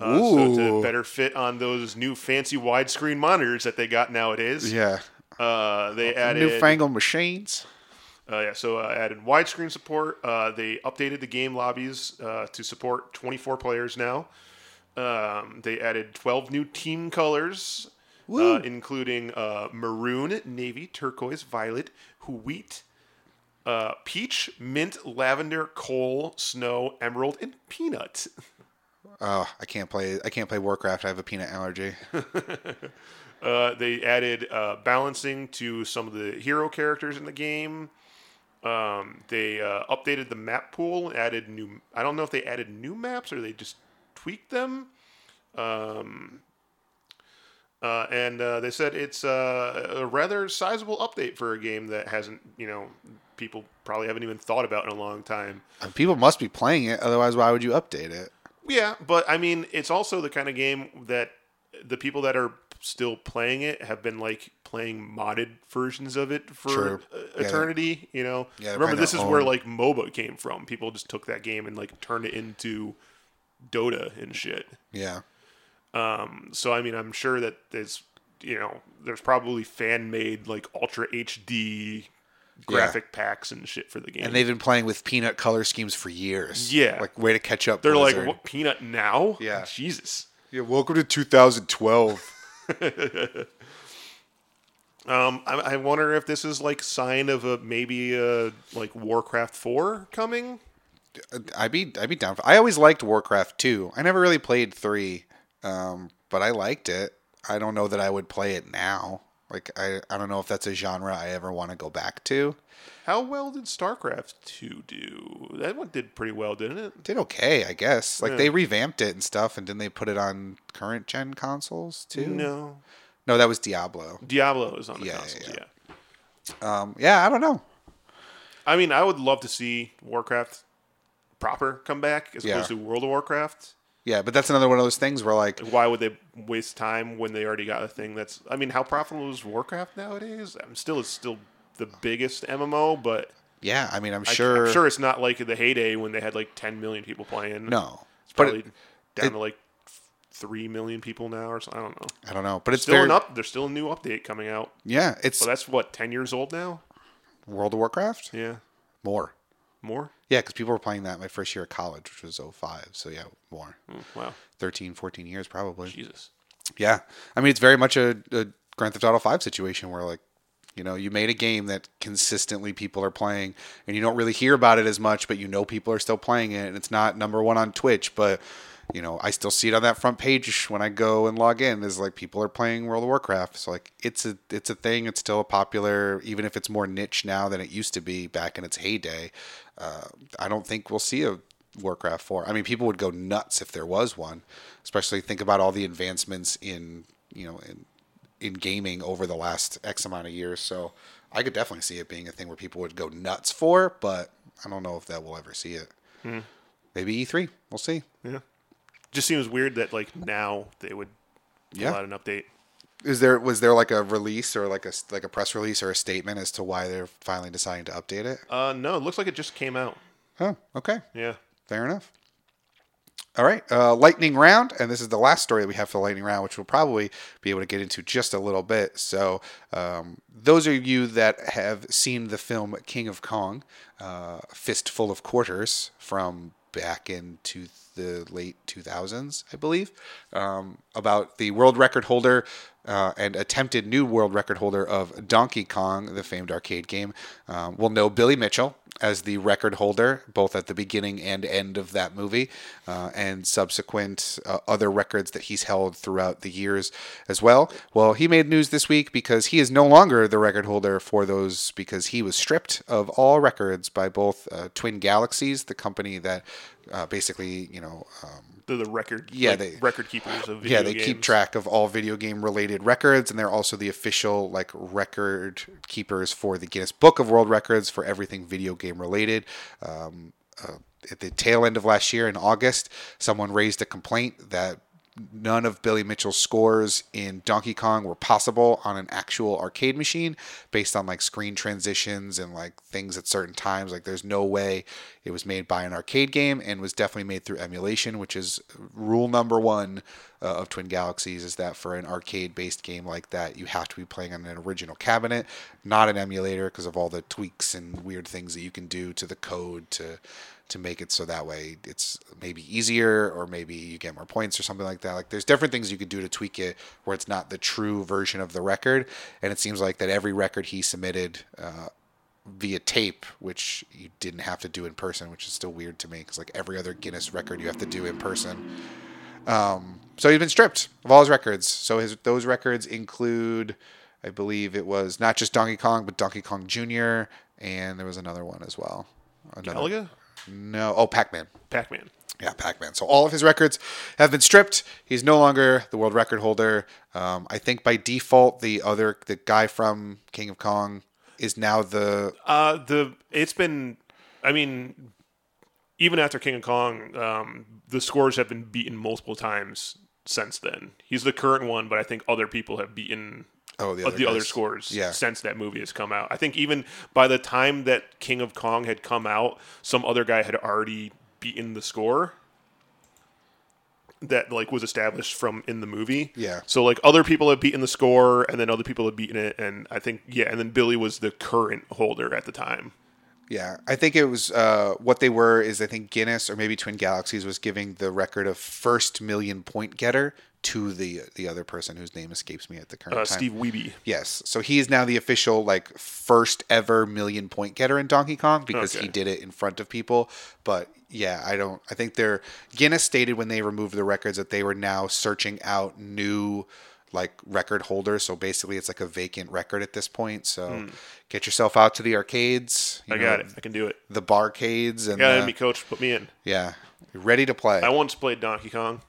uh, so Ooh. to better fit on those new fancy widescreen monitors that they got nowadays. Yeah, Uh, they added newfangled machines. uh, yeah, so uh, added widescreen support. Uh, they updated the game lobbies uh, to support 24 players now. Um, they added 12 new team colors, Woo. uh, including uh, maroon, navy, turquoise, violet, wheat, uh, peach, mint, lavender, coal, snow, emerald, and peanut. Oh, I can't play. I can't play Warcraft. I have a peanut allergy. Uh, they added uh, balancing to some of the hero characters in the game. Um, they uh, updated the map pool, added new. I don't know if they added new maps or they just tweaked them. Um, uh, and uh, they said it's uh, a rather sizable update for a game that hasn't, you know, people probably haven't even thought about in a long time. And People must be playing it, otherwise, why would you update it? Yeah, but I mean, it's also the kind of game that the people that are still playing it have been like playing modded versions of it True. for uh, Yeah, they- eternity. you know, Yeah, they're remember probably this is their where own- like MOBA came from. People just took that game and like turned it into Dota and shit. Yeah. Um, so I mean, I'm sure that there's you know there's probably fan made like ultra HD graphic packs and shit for the game. and they've been playing with peanut color schemes for years. Yeah. like way to catch up. They're Blizzard. like, what peanut now? Yeah. Jesus. yeah, welcome to 2012. Um, I, I wonder if this is like sign of a maybe a like Warcraft four coming. I'd be I'd be down for. I always liked Warcraft 2. I never really played 3, um, but I liked it. I don't know that I would play it now. Like I, I don't know if that's a genre I ever want to go back to. How well did StarCraft two do? That one did pretty well, didn't it? Did okay, I guess. Like they revamped it and stuff, and didn't they put it on current gen consoles too? No, no, that was Diablo. Diablo is on the Yeah, consoles. yeah. Yeah, Um, yeah, I don't know. I mean, I would love to see Warcraft proper come back as Yeah. opposed to World of Warcraft. Yeah, but that's another one of those things where like Why would they waste time when they already got a thing that's? I mean, how profitable is Warcraft nowadays? I'm still it's still the biggest MMO, but Yeah, I mean, I'm I- sure. I'm sure it's not like the heyday when they had like 10 million people playing. No, it's but probably it- down it- to like three million people now, or something. I don't know. I don't know. But it's Still very an up. There's still a new update coming out. yeah. It's Well, that's what 10 years old now. World of Warcraft Yeah, more. more. Yeah, because people were playing that my first year of college, which was 05. So yeah, more Mm, Wow, 13, 14 years probably. Jesus. Yeah, I mean, it's very much a, a Grand Theft Auto 5 situation where like. You know, you made a game that consistently people are playing, and you don't really hear about it as much, but you know people are still playing it, and it's not number one on Twitch, but you know, I still see it on that front page when I go and log in. Is like people are playing World of Warcraft, so like it's a it's a thing. It's still popular, even if it's more niche now than it used to be back in its heyday. Uh, I don't think we'll see a Warcraft four. I mean, people would go nuts if there was one, especially think about all the advancements in you know in in gaming over the last X amount of years. So I could definitely see it being a thing where people would go nuts for, but I don't know if that will ever see it. Maybe E three. We'll see. Yeah. Just seems weird that like now they would pull Yeah. out an update. Is there was there like a release or like a like a press release or a statement as to why they're finally deciding to update it? Uh, no, it looks like it just came out. Oh, okay, Yeah. fair enough. All right, uh, lightning round, and this is the last story that we have for the lightning round, which we'll probably be able to get into just a little bit. So, um, those of you that have seen the film King of Kong, uh, Fistful of Quarters from back into the late 2000s, I believe, um, about the world record holder uh, and attempted new world record holder of Donkey Kong, the famed arcade game. Um, we'll know Billy Mitchell as the record holder, both at the beginning and end of that movie, uh, and subsequent uh, other records that he's held throughout the years as well. Well, he made news this week because he is no longer the record holder for those because he was stripped of all records by both uh, Twin Galaxies, the company that uh, basically, you know, um, They're the record. Yeah, like, they- record keepers of video yeah, they keep games. track of all video game related records, and they're also the official like record keepers for the Guinness Book of World Records for everything video game related. Um, uh, at the tail end of last year, in August, someone raised a complaint that none of Billy Mitchell's scores in Donkey Kong were possible on an actual arcade machine based on like screen transitions and like things at certain times. Like there's no way it was made by an arcade game and was definitely made through emulation, which is rule number one uh, of Twin Galaxies is that for an arcade based game like that, you have to be playing on an original cabinet, not an emulator because of all the tweaks and weird things that you can do to the code to to make it so that way it's maybe easier or maybe you get more points or something like that. Like there's different things you could do to tweak it where it's not the true version of the record. And it seems like that every record he submitted uh, via tape, which you didn't have to do in person, which is still weird to me because like every other Guinness record you have to do in person. Um, so he's been stripped of all his records. So his those records include, I believe it was not just Donkey Kong, but Donkey Kong Jr. and there was another one as well. Another Galaga, no. Oh, Pac Man. Pac Man. Yeah, Pac Man. So all of his records have been stripped. He's no longer the world record holder. Um, I think by default, the other the guy from King of Kong is now the Uh, the it's been, I mean, even after King of Kong, um, the scores have been beaten multiple times since then. He's the current one, but I think other people have beaten oh the uh, other, the other guys. scores Yeah. since that movie has come out. I think even by the time that King of Kong had come out, some other guy had already beaten the score. that like was established from in the movie. Yeah. So like other people have beaten the score, and then other people have beaten it, and I think yeah, and then Billy was the current holder at the time. Yeah, I think it was uh, what they were is I think Guinness or maybe Twin Galaxies was giving the record of first million point getter to the the other person whose name escapes me at the current Uh, time. Steve Wiebe. Yes, so he is now the official like first ever million point getter in Donkey Kong because Okay. he did it in front of people. But yeah, I don't. I think they're Guinness stated when they removed the records that they were now searching out new like record holders. So basically, it's like a vacant record at this point. So get yourself out to the arcades. you Hmm. I know, got it. I can do it. the barcades and Yeah, the- me coach, put me in. yeah, ready to play. I once played Donkey Kong.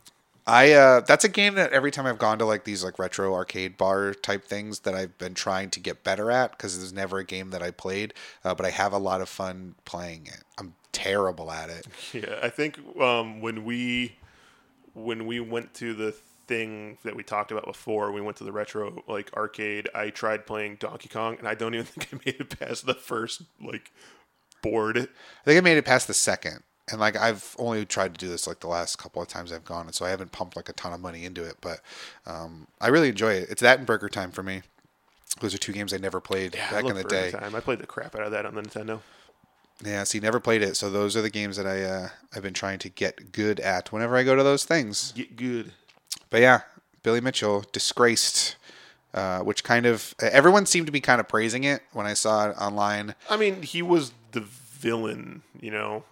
I uh, that's a game that every time I've gone to like these like retro arcade bar type things that I've been trying to get better at because there's never a game that I played, uh, but I have a lot of fun playing it. I'm terrible at it. Yeah, I think um, when we when we went to the thing that we talked about before, we went to the retro like arcade. I tried playing Donkey Kong, and I don't even think I made it past the first like board. I think I made it past the second, and like I've only tried to do this like the last couple of times I've gone, and so I haven't pumped like a ton of money into it, but um, I really enjoy it. It's that and Burger Time for me. Those are two games I never played I back in love the Burger day. Time. I played the crap out of that on the Nintendo. Yeah, see, never played it. So those are the games that I uh, I've been trying to get good at whenever I go to those things. Get good. But yeah, Billy Mitchell disgraced, uh, which kind of everyone seemed to be kind of praising it when I saw it online. I mean, he was the villain, you know.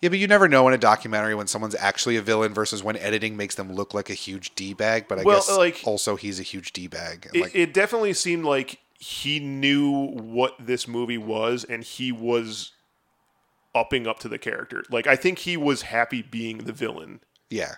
Yeah, but you never know in a documentary when someone's actually a villain versus when editing makes them look like a huge d bag. But I Well, guess like- also he's a huge d bag. It, Like, it definitely seemed like he knew what this movie was, and he was upping up to the character. Like, I think he was happy being the villain. yeah,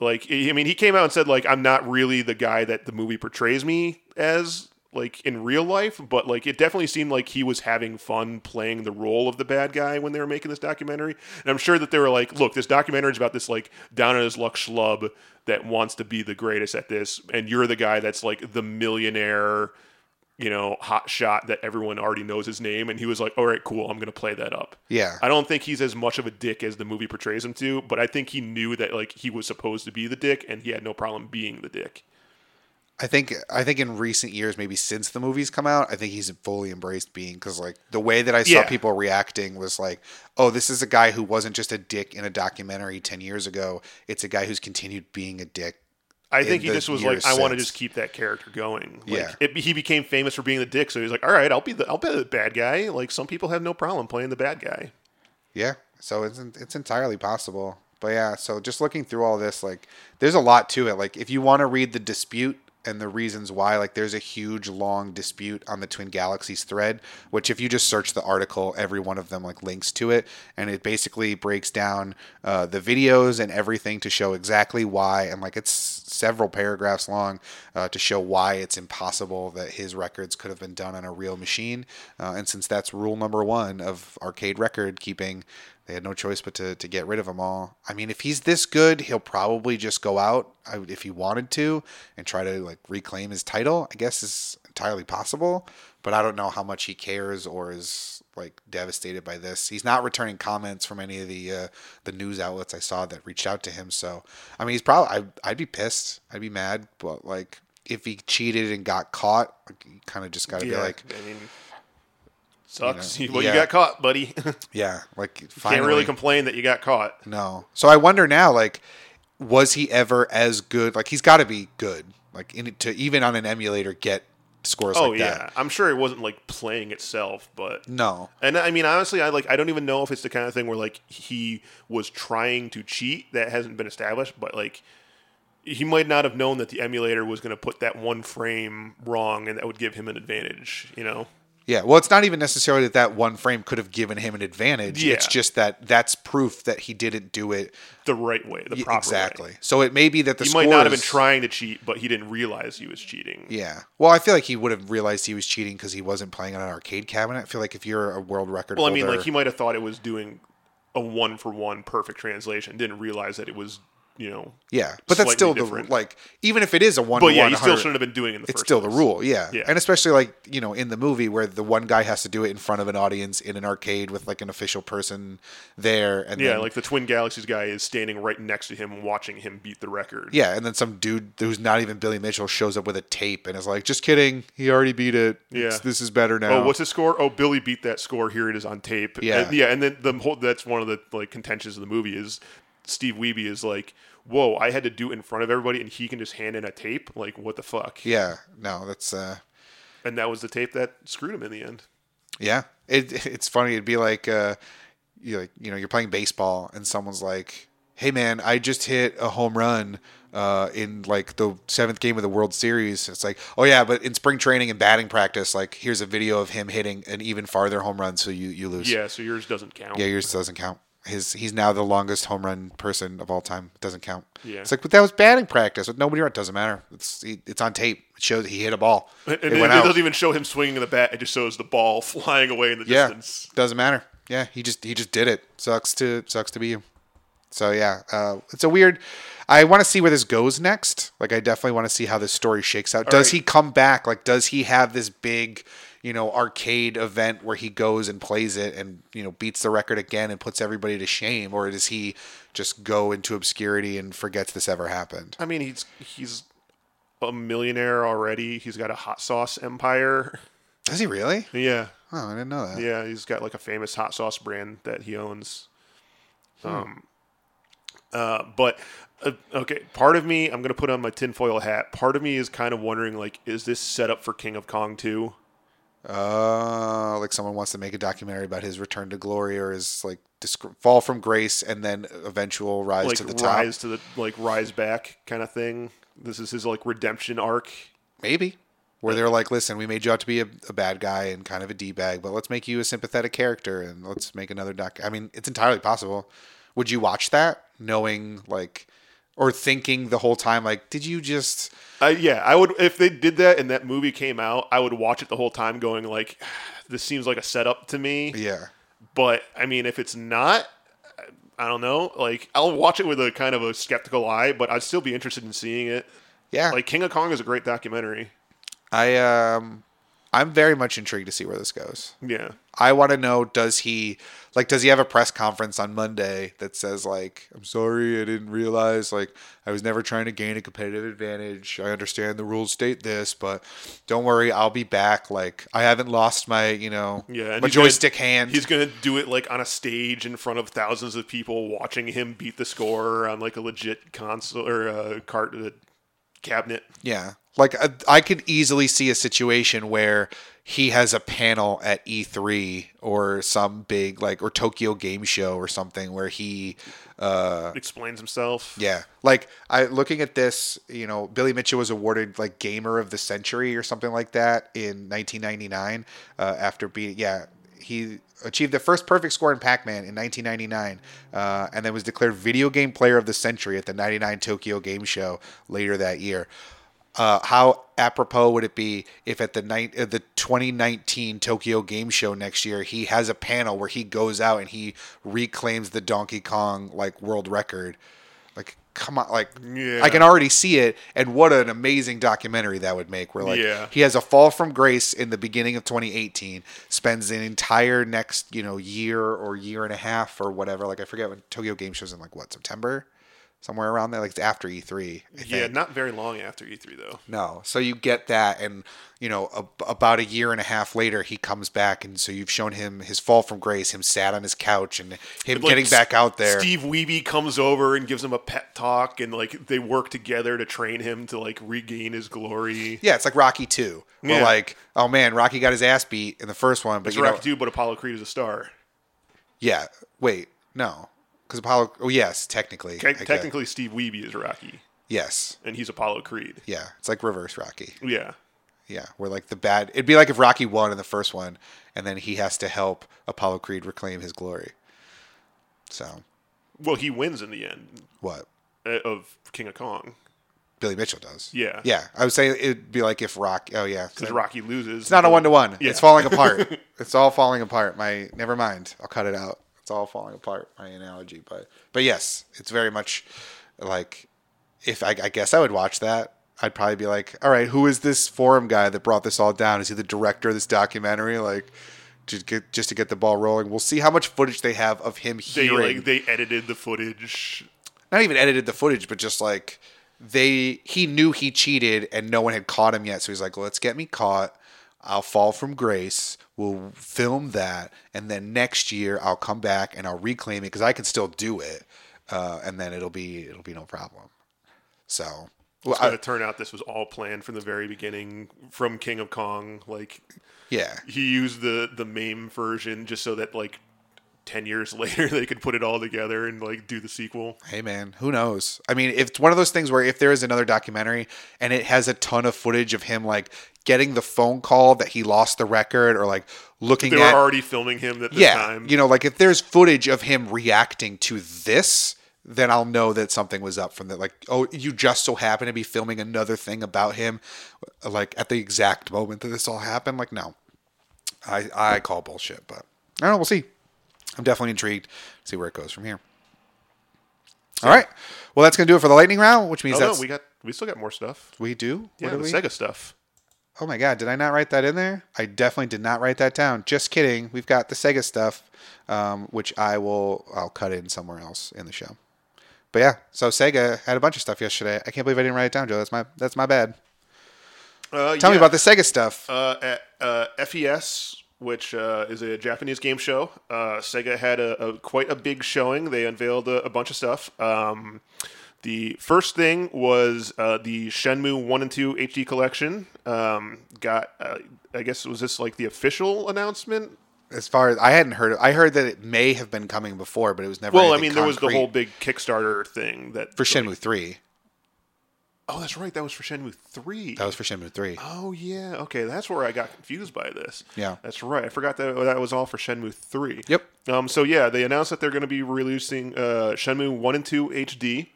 Like, I I mean, he came out and said, like, I'm not really the guy that the movie portrays me as, like, in real life, but, like, it definitely seemed like he was having fun playing the role of the bad guy when they were making this documentary. And I'm sure that they were like, look, this documentary is about this, like, down on his luck schlub that wants to be the greatest at this, and you're the guy that's, like, the millionaire, you know, hot shot that everyone already knows his name. And he was like, all right, cool, I'm going to play that up. yeah. I don't think he's as much of a dick as the movie portrays him to, but I think he knew that like he was supposed to be the dick and he had no problem being the dick. I think I think in recent years, maybe since the movie's come out, I think he's fully embraced being because like the way that I saw Yeah. people reacting was like, oh, this is a guy who wasn't just a dick in a documentary ten years ago. It's a guy who's continued being a dick. I think he the just was like, years I want to since. just keep that character going. Like, Yeah. it, he became famous for being the dick, so he's like, all right, I'll be the I'll be the bad guy. Like some people have no problem playing the bad guy. Yeah, so it's it's entirely possible. But yeah, so just looking through all this, like, there's a lot to it. Like, if you want to read the dispute and the reasons why, like, there's a huge long dispute on the Twin Galaxies thread, which if you just search the article, every one of them like links to it, and it basically breaks down uh, the videos and everything to show exactly why, and like it's several paragraphs long uh, to show why it's impossible that his records could have been done on a real machine. Uh, and since that's rule number one of arcade record keeping, they had no choice but to, to get rid of them all. I mean, if he's this good, he'll probably just go out I would- if he wanted to and try to like reclaim his title. I guess is entirely possible, but I don't know how much he cares or is like devastated by this. He's not returning comments from any of the uh, the news outlets I saw that reached out to him. So I mean, he's probably I'd, I'd be pissed, I'd be mad, but like if he cheated and got caught, like, you kind of just got to be like, I mean, sucks. well, yeah. you got caught, buddy. yeah, like finally. Can't really complain that you got caught. No. So I wonder now, like, was he ever as good? Like, he's got to be good. Like, in, to even on an emulator get scores Oh like yeah, that. I'm sure it wasn't like playing itself, but No. And I mean, honestly, I like I don't even know if it's the kind of thing where like he was trying to cheat that hasn't been established, but like he might not have known that the emulator was going to put that one frame wrong and that would give him an advantage, you know. Yeah. Well, it's not even necessarily that that one frame could have given him an advantage. Yeah. It's just that that's proof that he didn't do it The right way, the proper exactly. way. So it may be that the He score might not have been is- trying to cheat, but he didn't realize he was cheating. Yeah. Well, I feel like he would have realized he was cheating because he wasn't playing on an arcade cabinet. I feel like if you're a world record Well, I holder, mean, like he might have thought it was doing a one for one perfect translation, didn't realize that it was you know. Yeah, but that's Slightly still the different. like even if it is a one But to yeah, one you still 100 shouldn't have been doing it in the it's first still the place. rule, yeah. Yeah. And especially like, you know, in the movie where the one guy has to do it in front of an audience in an arcade with like an official person there and Yeah, then, like the Twin Galaxies guy is standing right next to him, watching him beat the record. yeah, and then some dude who's not even Billy Mitchell shows up with a tape and is like, "Just kidding, he already beat it. It's- Yeah. this is better now." Oh, what's the score? Oh, Billy beat that score. Here it is on tape. Yeah. and, yeah. And then the whole that's one of the like contentions of the movie is Steve Wiebe is like, "Whoa, I had to do it in front of everybody, and he can just hand in a tape. Like, what the fuck?" yeah, no, that's uh, And that was the tape that screwed him in the end. Yeah, it, it's funny. It'd be like uh, you like you know you're playing baseball and someone's like, "Hey man, I just hit a home run uh, in like the seventh game of the World Series." It's like, "Oh yeah, but in spring training and batting practice, like here's a video of him hitting an even farther home run, so you you lose." Yeah, so yours doesn't count. Yeah, yours doesn't count. His he's now the longest home run person of all time. It doesn't count. Yeah. It's like, but that was batting practice with nobody around. It doesn't matter. It's it's on tape. It shows he hit a ball. And it, it doesn't even show him swinging the bat; it just shows the ball flying away in the Yeah, distance. doesn't matter. Yeah, he just he just did it. Sucks to sucks to be you. So yeah, uh, it's a weird. I want to see where this goes next. Like, I definitely want to see how this story shakes out. does right. he come back? Like, does he have this big, you know, arcade event where he goes and plays it and you know beats the record again and puts everybody to shame, or does he just go into obscurity and forgets this ever happened? I mean, he's he's a millionaire already. He's got a hot sauce empire. Does he really? Yeah, Oh, I didn't know that. Yeah, he's got like a famous hot sauce brand that he owns. Hmm. Um, uh, but uh, okay, part of me, I'm gonna put on my tinfoil hat. Part of me is kind of wondering, like, is this set up for King of Kong too? Uh, like someone wants to make a documentary about his return to glory or his like disc- fall from grace and then eventual rise Like to the top. rise to the like rise back kind of thing. This is his like redemption arc. Maybe. Where they're like, listen, we made you out to be a, a bad guy and kind of a d bag, but let's make you a sympathetic character and let's make another doc. I mean, it's entirely possible. Would you watch that knowing like, or thinking the whole time like, did you just? I, yeah, I would if they did that and that movie came out, I would watch it the whole time, going like, this seems like a setup to me. Yeah, But I mean, if it's not, I don't know. Like, I'll watch it with a kind of a skeptical eye, but I'd still be interested in seeing it. yeah. Like, King of Kong is a great documentary. I um, I'm very much intrigued to see where this goes. Yeah, I want to know does he like does he have a press conference on Monday that says like I'm sorry I didn't realize like I was never trying to gain a competitive advantage. I understand the rules state this, but don't worry, I'll be back. Like I haven't lost my, you know, yeah. and my he's gonna- joystick hand. He's gonna do it like on a stage in front of thousands of people watching him beat the score on like a legit console or a cart uh, cabinet. Yeah. Like I, I could easily see a situation where he has a panel at E3 or some big like or Tokyo Game Show or something where he uh Explains himself. Yeah. Like I looking at this, you know, Billy Mitchell was awarded like gamer of the century or something like that in 1999 uh, after beating yeah, he achieved the first perfect score in Pac-Man in 1999 uh, and then was declared video game player of the century at the 99 Tokyo Game Show later that year. Uh, how apropos would it be if at the night uh, the 2019 Tokyo Game Show next year he has a panel where he goes out and he reclaims the Donkey Kong like world record like come on like Yeah. i can already see it and what an amazing documentary that would make where like Yeah. he has a fall from grace in the beginning of 2018 spends an entire next you know year or year and a half or whatever like i forget when tokyo game shows in like what september somewhere around there like it's after e3 I Yeah, think. not very long after E3 though. No. So you get that, and you know, ab about a year and a half later, he comes back, and so you've shown him his fall from grace, him sat on his couch, and him Like, getting back out there. Steve Wiebe comes over and gives him a pep talk, and like they work together to train him to like regain his glory. Yeah, it's like Rocky Two. Where Yeah. like, oh man, Rocky got his ass beat in the first one, but It's you Rocky know, Two, but Apollo Creed is a star. yeah. Wait, no, because Apollo. Oh yes, technically. Te- I guess. technically, Steve Wiebe is Rocky, Yes. and he's Apollo Creed. Yeah, it's like reverse Rocky. Yeah, Yeah, where like the bad. It'd be like if Rocky won in the first one, and then he has to help Apollo Creed reclaim his glory. So well, he wins in the end what? uh, of King of Kong Billy Mitchell does. Yeah. Yeah, I would say it'd be like if Rock. Oh yeah, because Rocky loses. It's not a one to one. Yeah. It's falling apart. it's all falling apart. My never mind. I'll cut it out. It's all falling apart. My analogy, but but yes, it's very much like if I, I guess I would watch that. I'd probably be like, all right, who is this forum guy that brought this all down? Is he the director of this documentary? Like, just get just to get the ball rolling. We'll see how much footage they have of him They hearing. like they edited the footage. not even edited the footage, but just like they he knew he cheated and no one had caught him yet. So he's like, let's get me caught. I'll fall from grace. We'll film that, and then next year I'll come back and I'll reclaim it because I can still do it, uh, and then it'll be it'll be no problem. So, well, It's I- gonna turn out this was all planned from the very beginning from King of Kong. Like yeah, he used the the meme version just so that like ten years later they could put it all together and like do the sequel. Hey man, who knows? I mean, if it's one of those things where if there is another documentary and it has a ton of footage of him like getting the phone call that he lost the record or like looking They at were already filming him at this yeah, time. you know, like if there's footage of him reacting to this, then I'll know that something was up from that. Like, oh, you just so happen to be filming another thing about him, like at the exact moment that this all happened. Like, no, I I call bullshit, but I don't know. We'll see. I'm definitely intrigued. See where it goes from here. All right. Well, that's gonna do it for the lightning round, which means oh no, that's we got we still got more stuff. we do. Yeah, what do we? the Sega stuff. Oh my god, did I not write that in there? I definitely did not write that down. Just kidding. We've got the Sega stuff, um, which I will I'll cut in somewhere else in the show. But yeah, so Sega had a bunch of stuff yesterday. I can't believe I didn't write it down, Joe. That's my that's my bad. Uh, Tell me yeah. about the Sega stuff. uh, at uh, FES, which uh, is a Japanese game show. Uh, Sega had a, a quite a big showing. They unveiled a, a bunch of stuff. Um, the first thing was uh, the Shenmue One and Two HD Collection. Um, got, uh, I guess, was this like the official announcement? As far as I hadn't heard, it. I heard that it may have been coming before, but it was never. Well, I anything mean, there was the concrete whole big Kickstarter thing that. for Shenmue three. oh, that's right. That was for Shenmue Three. That was for Shenmue three. Oh yeah, okay. That's where I got confused by this. Yeah. that's right. I forgot that that was all for Shenmue three. Yep. Um. So yeah, they announced that they're going to be releasing uh, Shenmue one and two HD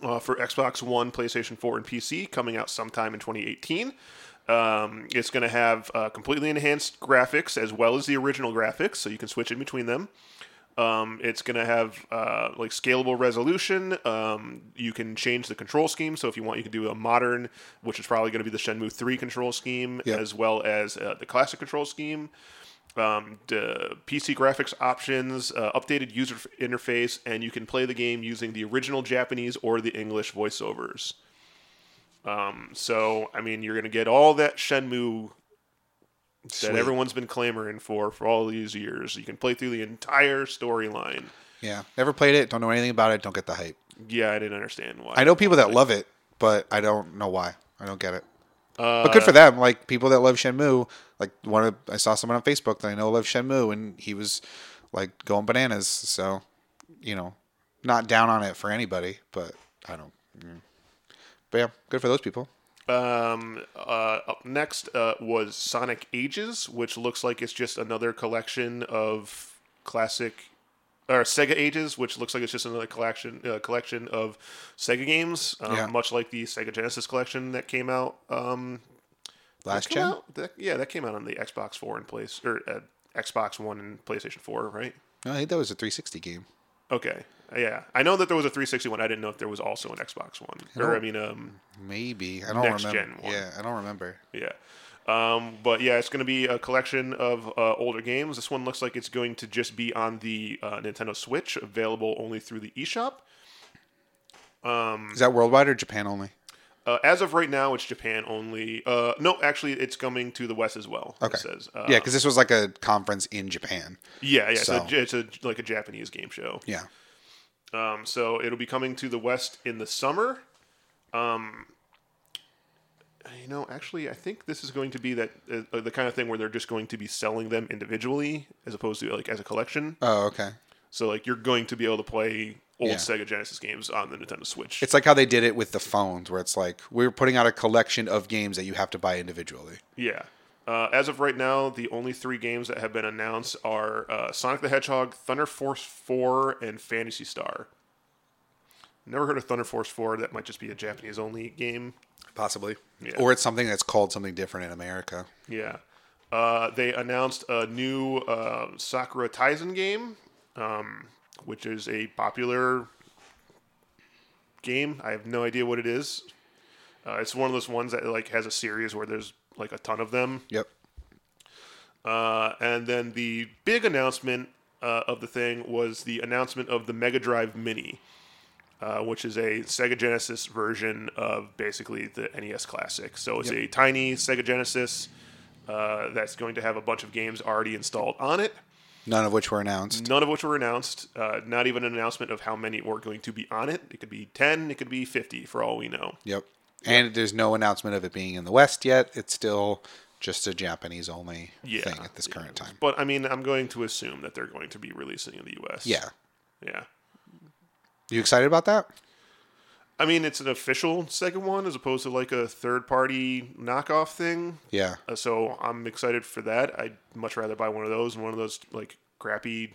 uh, for Xbox One, PlayStation four, and PC, coming out sometime in 2018. Um, it's going to have uh, completely enhanced graphics as well as the original graphics, so you can switch in between them. Um, it's going to have uh, like scalable resolution. Um, you can change the control scheme. So if you want, you can do a modern, which is probably going to be the Shenmue 3 control scheme, Yep. as well as uh, the classic control scheme. Um, d- PC graphics options, uh, updated user f- interface, and you can play the game using the original Japanese or the English voiceovers. Um, so, I mean, you're going to get all that Shenmue that everyone's been clamoring for for all these years. You can play through the entire storyline. Yeah, never played it. Don't know anything about it. Don't get the hype. Yeah, I didn't understand why. I know people that love it, but I don't know why. I don't get it. but Uh, good for them. Like people that love Shenmue. Like one of I saw someone on Facebook that I know loved Shenmue, and he was like going bananas. So you know, not down on it for anybody, but I don't. mm. But yeah, good for those people. Um, uh, up next uh, was Sonic Ages, which looks like it's just another collection of classic or Sega Ages, which looks like it's just another collection uh, collection of Sega games, um, Yeah. much like the Sega Genesis collection that came out. Um, Last come gen. out that, yeah, that came out on the Xbox Four and place or uh, Xbox One and PlayStation Four, right? No, I think that was a 360 game. Okay. Yeah, I know that there was a 360 one. I didn't know if there was also an Xbox one, or I mean, um, Maybe I don't Next remember. gen one. Yeah, I don't remember. yeah. Um, but yeah, it's going to be a collection of uh, older games. This one looks like it's going to just be on the uh, Nintendo Switch, available only through the eShop. Mm. Is that worldwide or Japan only? Uh, as of right now, it's Japan only. Uh, no, actually, it's coming to the West as well. Okay. It says, uh, yeah, because this was like a conference in Japan. yeah, yeah. So, So- it's a, like a Japanese game show. Yeah. Um, so it'll be coming to the West in the summer. Um, you know, actually, I think this is going to be that uh, the kind of thing where they're just going to be selling them individually as opposed to like as a collection. Oh, okay. So like you're going to be able to play old Yeah. Sega Genesis games on the Nintendo Switch. It's like how they did it with the phones, where it's like we're putting out a collection of games that you have to buy individually. yeah. Uh, as of right now, the only three games that have been announced are uh, Sonic the Hedgehog, Thunder Force 4, and Fantasy Star. Never heard of Thunder Force 4. That might just be a Japanese only game. Possibly. Yeah. Or it's something that's called something different in America. Yeah. Uh, they announced a new uh, Sakura Taisen game, um, which is a popular game. I have no idea what it is. Uh, it's one of those ones that like has a series where there's like a ton of them. Yep. Uh, and then the big announcement uh, of the thing was the announcement of the Mega Drive Mini, uh, which is a Sega Genesis version of basically the NES Classic. So it's a tiny Sega Genesis uh, that's going to have a bunch of games already installed on it, None of which were announced. none of which were announced. Uh, not even an announcement of how many were going to be on it. It could be 10, it could be 50 for all we know. Yep. And there's no announcement of it being in the West yet. It's still just a Japanese only Yeah. thing at this current time. But I mean, I'm going to assume that they're going to be releasing in the US. Yeah. Yeah. You excited about that? I mean, it's an official second one as opposed to like a third party knockoff thing. Yeah. Uh, so I'm excited for that. I'd much rather buy one of those and one of those like crappy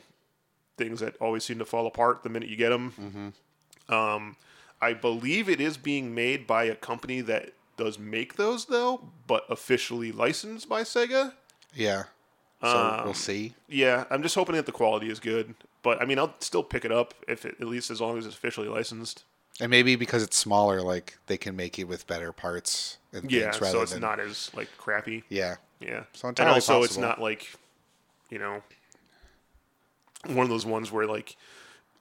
things that always seem to fall apart the minute you get them. Mm-hmm. Um, I believe it is being made by a company that does make those though, but officially licensed by Sega. Yeah. So Um, we'll see. Yeah, I'm just hoping that the quality is good. But I mean, I'll still pick it up if it, at least as long as it's officially licensed. And maybe because it's smaller, like they can make it with better parts and things Yeah, rather so it's than not as like crappy. yeah. Yeah. So and entirely also, it's possible. not like, you know, one of those ones where like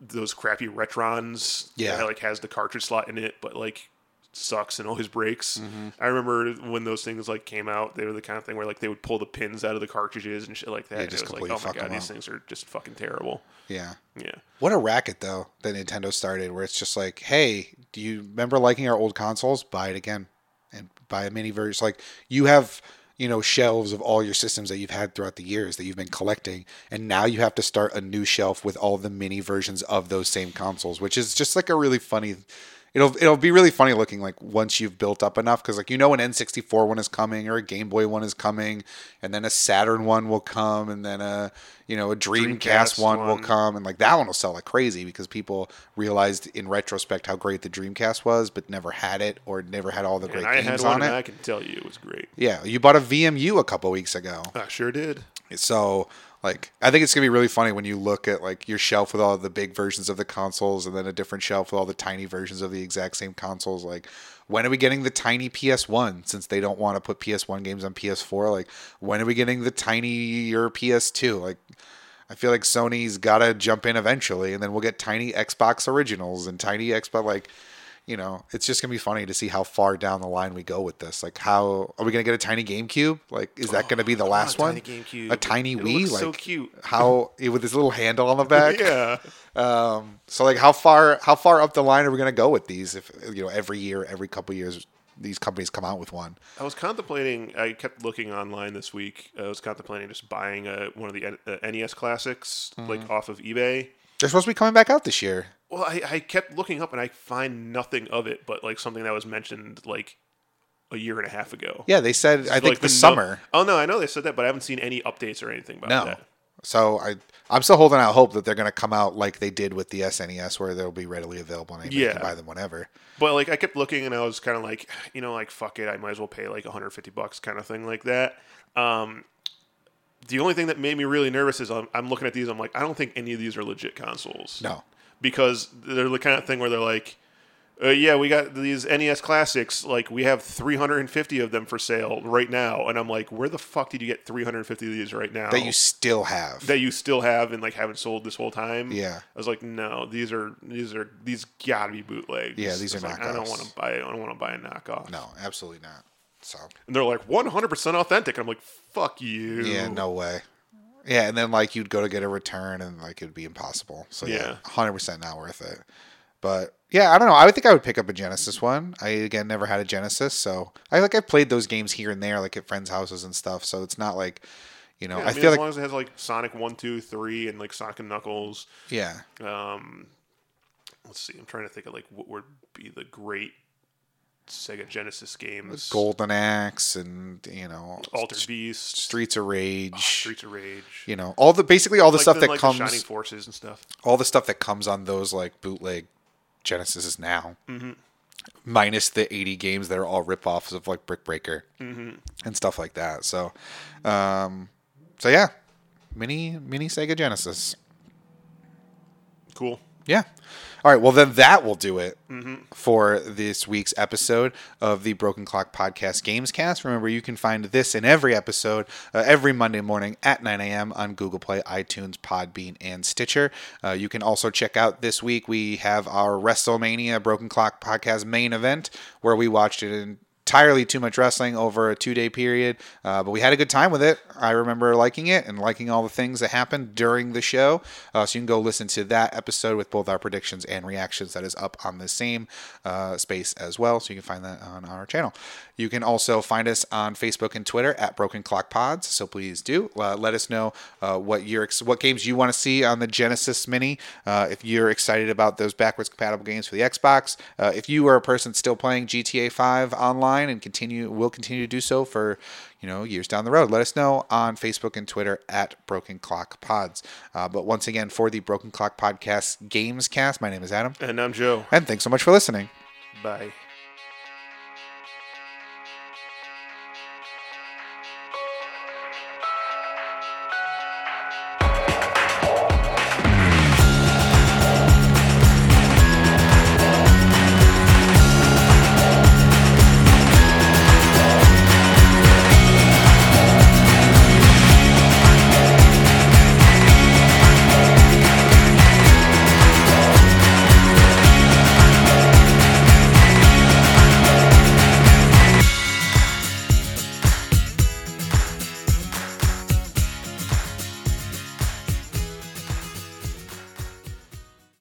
those crappy retrons. Yeah. that, like has the cartridge slot in it, but like sucks and always breaks. Mm-hmm. I remember when those things like came out, they were the kind of thing where like they would pull the pins out of the cartridges and shit like that. and just it was like, completely oh my fuck god, 'em these up. things are just fucking terrible. Yeah. Yeah. What a racket though that Nintendo started, where it's just like, hey, do you remember liking our old consoles? Buy it again, and buy a mini version. It's Like you have, you know, shelves of all your systems that you've had throughout the years that you've been collecting, and now you have to start a new shelf with all the mini versions of those same consoles, which is just like a really funny. It'll it'll be really funny looking like once you've built up enough because like you know an N64 one is coming or a Game Boy one is coming and then a Saturn one will come and then a you know a Dreamcast, Dreamcast one, will one. come and like that one will sell like crazy because people realized in retrospect how great the Dreamcast was but never had it or never had all the And great I had games one, on and I it. can tell you, it was great. Yeah, you bought a VMU a couple weeks ago. I sure did. So like I think it's gonna be really funny when you look at like your shelf with all the big versions of the consoles and then a different shelf with all the tiny versions of the exact same consoles. Like when are we getting the tiny PS1 since they don't want to put PS1 games on PS4? Like when are we getting the tinier PS2? Like I feel like Sony's gotta jump in eventually and then we'll get tiny Xbox originals and tiny Xbox like you know, it's just gonna be funny to see how far down the line we go with this. Like, how are we gonna get a tiny GameCube? Like, is that gonna be the last Oh, a one? tiny GameCube. A tiny It Wii? looks like, so cute. how eh, with this little handle on the back? Yeah. Um. So like, how far how far up the line are we gonna go with these? If you know, every year, every couple years, these companies come out with one. I was contemplating. I kept looking online this week. I was contemplating just buying uh one of the N- uh, NES classics, Mm-hmm. like off of eBay. They're supposed to be coming back out this year. Well, I, I kept looking up and I find nothing of it, but like something that was mentioned like a year and a half ago. Yeah, they said I think like the nu- summer. oh no, I know they said that, but I haven't seen any updates or anything about No. that. So I I'm still holding out hope that they're gonna come out like they did with the SNES, where they'll be readily available and anybody Yeah. can buy them whenever. But like I kept looking and I was kind of like, you know, like fuck it, I might as well pay like 150 bucks, kind of thing like that. Um, the only thing that made me really nervous is I'm, I'm looking at these. I'm like, I don't think any of these are legit consoles. No. because they're the kind of thing where they're like, uh, yeah, we got these NES classics. Like, we have 350 of them for sale right now. And I'm like, where the fuck did you get 350 of these right now That you still have. that you still have and like haven't sold this whole time? Yeah. I was like, no, these are these are these gotta be bootlegs. Yeah, these I are was like, I don't knockoffs. want to buy. I don't want to buy a knockoff. no, absolutely not. So And they're like 100 percent authentic. And I'm like, fuck you. Yeah, no way. Yeah, and then like you'd go to get a return and like it'd be impossible. So Yeah. yeah, hundred percent not worth it. But yeah, I don't know. I would think I would pick up a Genesis one. I again never had a Genesis, so I like I played those games here and there, like at friends' houses and stuff. So it's not like you know, Yeah, I, I, mean, feel as like long as it has like Sonic one, two, three, and like Sonic and Knuckles. yeah, um let's see i'm trying to think of like what would be the great sega genesis games Golden Axe and you know, altered beast Streets of Rage. Ah, streets of rage you know, all the basically all the Like stuff the- that like the shining comes, forces and stuff all the stuff that comes on those like bootleg Genesis is now, Mm-hmm. minus the 80 games that are all ripoffs of like Brick Breaker Mm-hmm. and stuff like that. So, um, so yeah, mini mini Sega Genesis. cool Yeah. All right. Well, then that will do it for this week's episode of the Broken Clock Podcast Games Cast. Remember, you can find this in every episode uh, every Monday morning at 9 a.m. on Google Play, iTunes, Podbean, and Stitcher. Uh, you can also check out this week we have our WrestleMania Broken Clock Podcast main event where we watched it in entirely too much wrestling over a two day period, uh, but we had a good time with it. I remember liking it and liking all the things that happened during the show. Uh, so you can go listen to that episode with both our predictions and reactions that is up on the same uh, space as well. So you can find that on our channel. You can also find us on Facebook and Twitter at Broken Clock Pods. So please do uh, let us know uh, what your ex- what games you want to see on the Genesis Mini. Uh, if you're excited about those backwards compatible games for the Xbox, uh, if you are a person still playing GTA 5 online and continue will continue to do so for you know years down the road, let us know on Facebook and Twitter at Broken Clock Pods. Uh, but once again, for the Broken Clock Podcast Games Cast, my name is Adam, And I'm Joe. and thanks so much for listening. Bye.